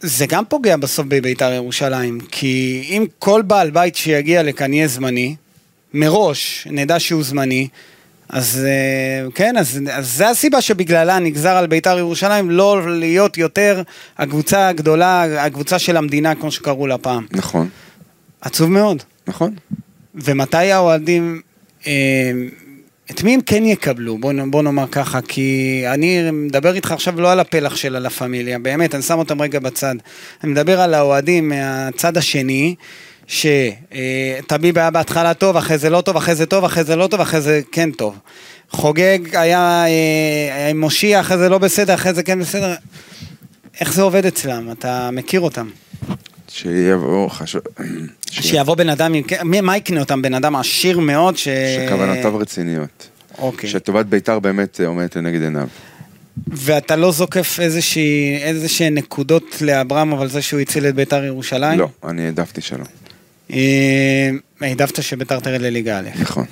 זה גם פוגע בסוף בביתר ירושלים, כי אם כל בעל בית שיגיע לכאן יהיה זמני, מראש נדע שהוא זמני, אז אה, כן, אז, אז זה הסיבה שבגללה נגזר על ביתר ירושלים לא להיות יותר הקבוצה הגדולה, הקבוצה של המדינה, כמו שקראו לה פעם.
נכון.
עצוב מאוד.
נכון.
ומתי האוהדים, אה, את מי הם כן יקבלו? בוא, נ- בוא נאמר ככה, כי אני מדבר איתך עכשיו לא על הפלח של הלה פמיליה, באמת, אני שם אותם רגע בצד. אני מדבר על האוהדים מהצד השני. שטביב היה בהתחלה טוב, אחרי זה לא טוב, אחרי זה טוב, אחרי זה לא טוב, אחרי זה כן טוב. חוגג היה אה, עם מושיע, אחרי זה לא בסדר, אחרי זה כן בסדר. איך זה עובד אצלם? אתה מכיר אותם.
שיבוא חשוב... שיבוא.
שיבוא בן אדם, עם- מי- מה יקנה אותם? בן אדם עשיר מאוד ש...
שכוונותיו רציניות.
אה, אוקיי.
שטובת בית"ר באמת אה, עומדת לנגד עיניו.
ואתה לא זוקף איזושהי- איזשהן נקודות לאברהם על זה שהוא הציל את ביתר ירושלים?
לא, אני העדפתי שלא.
אה, העדפת שביתר תרד לליגה א'.
נכון.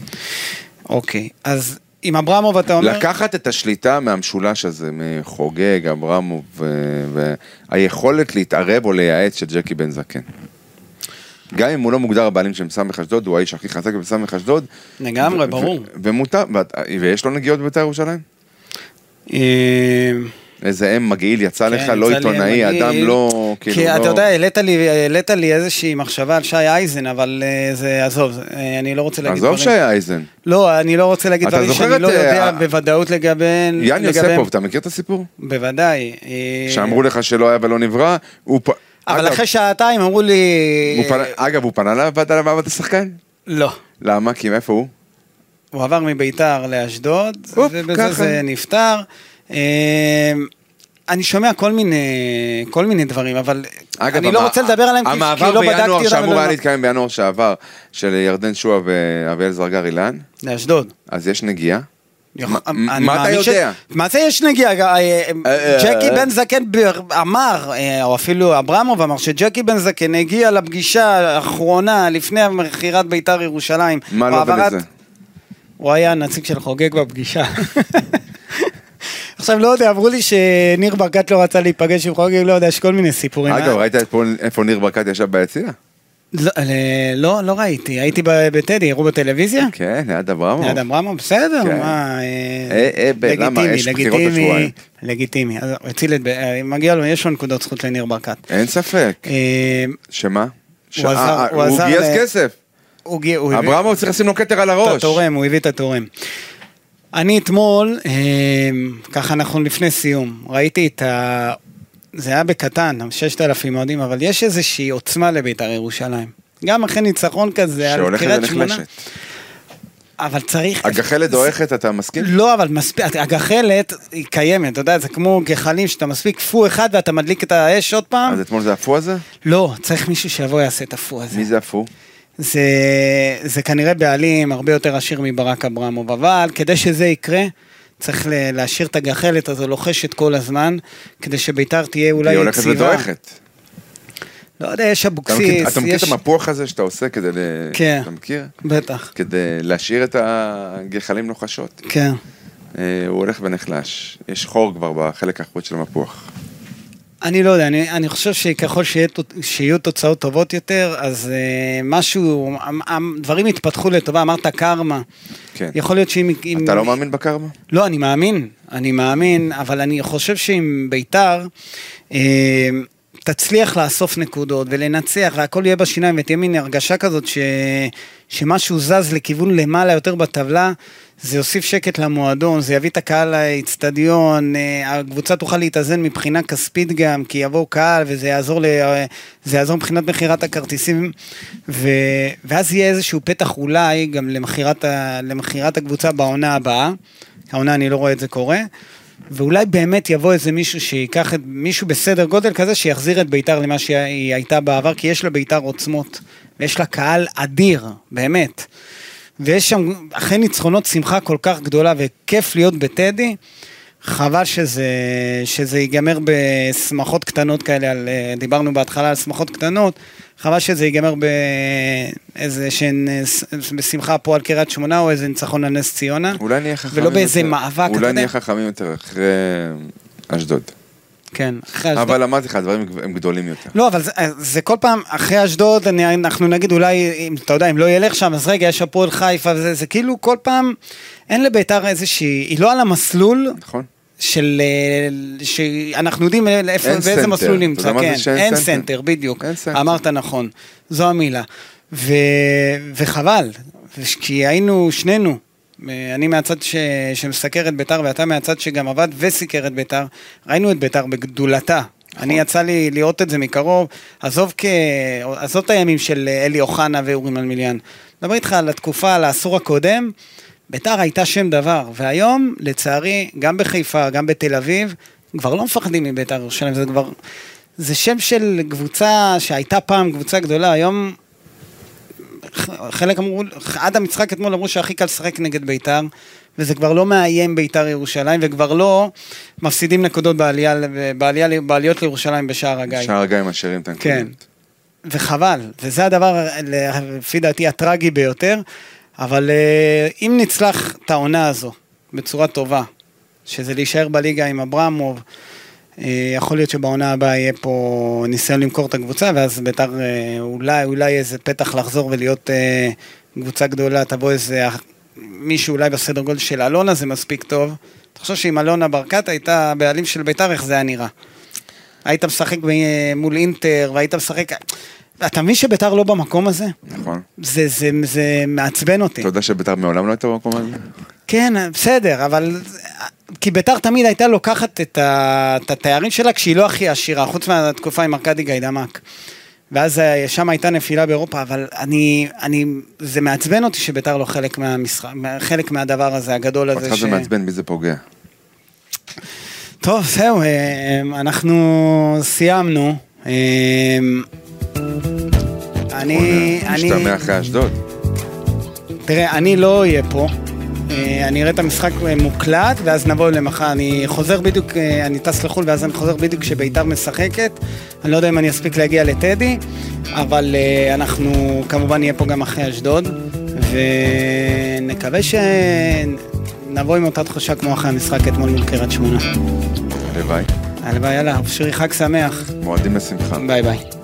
אוקיי. אז עם אברמוב אתה אומר...
לקחת את השליטה מהמשולש הזה, מחוגג, אברמוב, ו- והיכולת להתערב או לייעץ של ג'קי בן זקן. גם אם הוא לא מוגדר הבעלים של סמך אשדוד, הוא האיש הכי חזק בסמך אשדוד.
לגמרי,
ו-
ברור.
ו- ומותר, ואת- ויש לו נגיעות בבית"ר ירושלים?
אה,
איזה אם מגעיל יצא לך,
כן,
לא
יצא לי
עיתונאי,
המגעיל.
אדם לא... כאילו,
כי
לא-
אתה יודע, העלית לי- העלית לי איזושהי מחשבה על שי אייזן, אבל אה, זה, עזוב, זה- אה, אני לא רוצה להגיד
עזוב
דברים.
שהיה אייזן.
לא, אני לא רוצה להגיד
אתה
דברים
זוכר
שאני
את,
לא יודע
אה,
בוודאות לגביהן.
יאן
לגביהם.
יוספוב, אתה מכיר את הסיפור?
בוודאי. אה,
שאמרו לך שלא היה ולא נברא, הוא פ...
אבל
אגב,
אחרי שעתיים אמרו לי...
הוא פנה- אגב, הוא פנה לוועדה למעמד השחקן?
לא.
למה? כי מאיפה הוא?
הוא עבר מביתר לאשדוד,
אופ,
ובזה
ככה.
זה נפתר. אה, אני שומע כל מיני, כל מיני דברים, אבל
אגב,
אני לא
המע-
רוצה לדבר עליהם כי- כי
המעבר
לא בדקתי
בינואר
אותם.
שאמור
ולא-
היה להתקיים בינואר שעבר, של ירדן שועה ואביאל זרגר אילן,
לאשדוד.
אז יש נגיעה.
יכול-
מה-
אני
מה
מאמין
אתה
ש-
יודע?
מה זה יש נגיעה? אה,
אה,
ג'קי
אה,
בן זקן בר- אמר, אה, או אפילו אברמוב אמר, שג'קי בן זקן הגיע לפגישה האחרונה לפני מכירת ביתר ירושלים.
מה
או
לא עובד
העברת-
את זה?
הוא היה הנציג של חוגג בפגישה. עכשיו, לא יודע, אמרו לי שניר ברקת לא רצה להיפגש עם חוגג, לא יודע, יש כל מיני סיפורים. אה,
אגב, ראית איפה- איפה ניר ברקת ישב ביציע?
לא, אה, לא, לא ראיתי, הייתי ב- בטדי, הראו בטלוויזיה?
כן, ליד אברמוב.
ליד אמרמו, בסדר,
כן.
מה,
אה, אה, ב- למה? יש בחירות עוד שבועיים.
לגיטימי, אז הוא הציל את, ב- אה, מגיע לו, יש לו נקודות זכות לניר ברקת.
אין ספק.
אה,
שמה? ש-
עזר-
אה,
הוא
הוא
עזר
גייס
ל-
כסף.
הוא הגיע- הוא הביא-
אברמוב צריך לשים לו כתר על
את
הראש.
התורם, הוא הביא את התורם. אני אתמול, אה, ככה אנחנו לפני סיום, ראיתי את ה... זה היה בקטן, 6,000 אוהדים, אבל יש איזושהי עוצמה לבית"ר ירושלים. גם אחרי ניצחון כזה, על
שהולכת
קריית שמונה.
ונחלשת.
אבל צריך...
הגחלת דועכת, אתה מסכים?
לא, אבל מספיק, הגחלת היא קיימת, אתה יודע, זה כמו גחלים שאתה מספיק פו אחד ואתה מדליק את האש עוד פעם.
אז אתמול זה הפו הזה?
לא, צריך מישהו שיבוא יעשה את הפו הזה.
מי זה הפו?
זה, זה כנראה בעלים הרבה יותר עשיר מברק אברמוב, אבל כדי שזה יקרה, צריך ל- להשאיר את הגחלת הזו לוחשת כל הזמן, כדי שביתר תהיה אולי
היא
יציבה.
הולכת ודועכת.
לא יודע, יש
אתה מכיר-
אבוקסיס,
אתה מכיר את
יש...
המפוח הזה שאתה עושה כדי ל...
כן.
אתה מכיר?
בטח,
כדי להשאיר את הגחלים לוחשות.
כן.
אה, הוא הולך ונחלש. יש חור כבר בחלק האחרון של המפוח.
אני לא יודע, אני, אני חושב שככל שיה, שיהיו תוצאות טובות יותר, אז uh, משהו, המ- המ- דברים יתפתחו לטובה, אמרת קרמה.
כן.
יכול להיות שאם... אם-
אתה לא מאמין בקרמה?
לא, אני מאמין, אני מאמין, אבל אני חושב שאם ביתר אה, תצליח לאסוף נקודות ולנצח והכל יהיה בשיניים ותהיה מין הרגשה כזאת ש, שמשהו זז לכיוון למעלה יותר בטבלה, זה יוסיף שקט למועדון, זה יביא את הקהל לאצטדיון, אה, הקבוצה תוכל להתאזן מבחינה כספית גם, כי יבוא קהל וזה יעזור, ל, אה, זה יעזור מבחינת מכירת הכרטיסים, ו, ואז יהיה איזשהו פתח אולי גם למכירת, ה- למכירת הקבוצה בעונה הבאה. העונה אני לא רואה את זה קורה, ואולי באמת יבוא איזה מישהו שייקח את, מישהו בסדר גודל כזה שיחזיר את ביתר למה שהיא הייתה בעבר, כי יש לביתר עוצמות, ויש לה קהל אדיר, באמת. ויש שם, אחרי ניצחונות שמחה כל כך גדולה וכיף להיות בטדי, חבל שזה, שזה ייגמר בשמחות קטנות כאלה, על, אה, דיברנו בהתחלה על שמחות קטנות, חבל שזה ייגמר באיזה שהן, אה, ס- בשמחה פה על קריית שמונה או איזה ניצחון על נס ציונה.
אולי נהיה חכמים
ולא באיזה
יותר.
מאבק, אתה
אולי
יודע.
נהיה חכמים יותר אחרי אה, אשדוד.
כן, אחרי אשדוד.
אבל אמרתי לך, הדברים הם גדולים יותר.
לא, אבל זה, זה כל פעם, אחרי אשדוד, אני- אנחנו נגיד אולי, אם, אתה יודע, אם לא ילך שם, אז רגע, יש הפועל חיפה, וזה, זה כאילו כל פעם, אין לביתר איזושהי, היא לא על המסלול
נכון?
של, אה, שאנחנו יודעים איפה,
אין
באיזה
סנטר.
מסלול
אתה
נמצא,
יודע מה זה
כן,
שאין
אין
סנטר?
סנטר, בדיוק,
אין סנטר.
אמרת נכון, זו המילה, ו, וחבל, וש- כי היינו שנינו, אה, אני מהצד ש, שמסקר את ביתר ואתה מהצד שגם עבד וסיקר את ביתר, ראינו את ביתר בגדולתה. אני יצא לי לראות את זה מקרוב, עזוב, כ... עזוב את הימים של אלי אוחנה ואורי מלמיליאן. מדבר איתך על התקופה, על העשור הקודם, ביתר הייתה שם דבר, והיום, לצערי, גם בחיפה, גם בתל אביב, כבר לא מפחדים מביתר ירושלים, זה כבר... זה שם של קבוצה שהייתה פעם קבוצה גדולה, היום... ח- חלק אמרו, עד המשחק אתמול אמרו שהכי קל לשחק נגד ביתר, וזה כבר לא מאיים ביתר ירושלים, וכבר לא מפסידים נקודות בעלייה, ל- בעלייה, בעליות לירושלים בשער הגיא.
שער הגיא משאירים את הנקודות.
כן. וחבל, וזה הדבר לפי דעתי הטרגי ביותר, אבל אה, אם נצלח את העונה הזו בצורה טובה, שזה להישאר בליגה עם אברמוב, אה, יכול להיות שבעונה הבאה יהיה פה ניסיון למכור את הקבוצה, ואז ביתר אה, אולי, אולי איזה פתח לחזור ולהיות אה, קבוצה גדולה, תבוא איזה אח- מישהו אולי בסדר גודל של אלונה זה מספיק טוב. אתה חושב שאם אלונה ברקת הייתה הבעלים של ביתר, איך זה היה נראה? היית משחק ב- מול אינטר, והיית משחק... אתה מבין שביתר לא במקום הזה?
נכון.
זה, זה, זה מעצבן אותי.
אתה יודע שביתר מעולם לא הייתה במקום הזה?
כן, בסדר, אבל... כי ביתר תמיד הייתה לוקחת את, ה... את התארים שלה כשהיא לא הכי עשירה, חוץ מהתקופה עם ארכדי גיידמק. ואז אה, שם הייתה נפילה באירופה, אבל אני, אני, זה מעצבן אותי שביתר לא חלק מהמשחק, חלק מהדבר הזה, הגדול הזה.
אותך זה מעצבן, בי זה פוגע.
טוב, זהו, אה, אנחנו סיימנו. אה, אני, אני,
משתמע אחרי אשדוד.
תראה, אני לא אהיה פה. אה, אני אראה את המשחק אה, מוקלט, ואז נבוא למחר. אני חוזר בדיוק, אה, אני טס לחו"ל, ואז אני חוזר בדיוק כשביתר משחקת. אני לא יודע אם אני אספיק להגיע לטדי, אבל אה, אנחנו כמובן נהיה פה גם אחרי אשדוד, ונקווה שנבוא עם אותה תחושה כמו אחרי המשחק אתמול מול קריית שמונה.
הלוואי.
הלוואי, יאללה, שירי חג שמח.
מועדים לשמחה.
ביי ביי.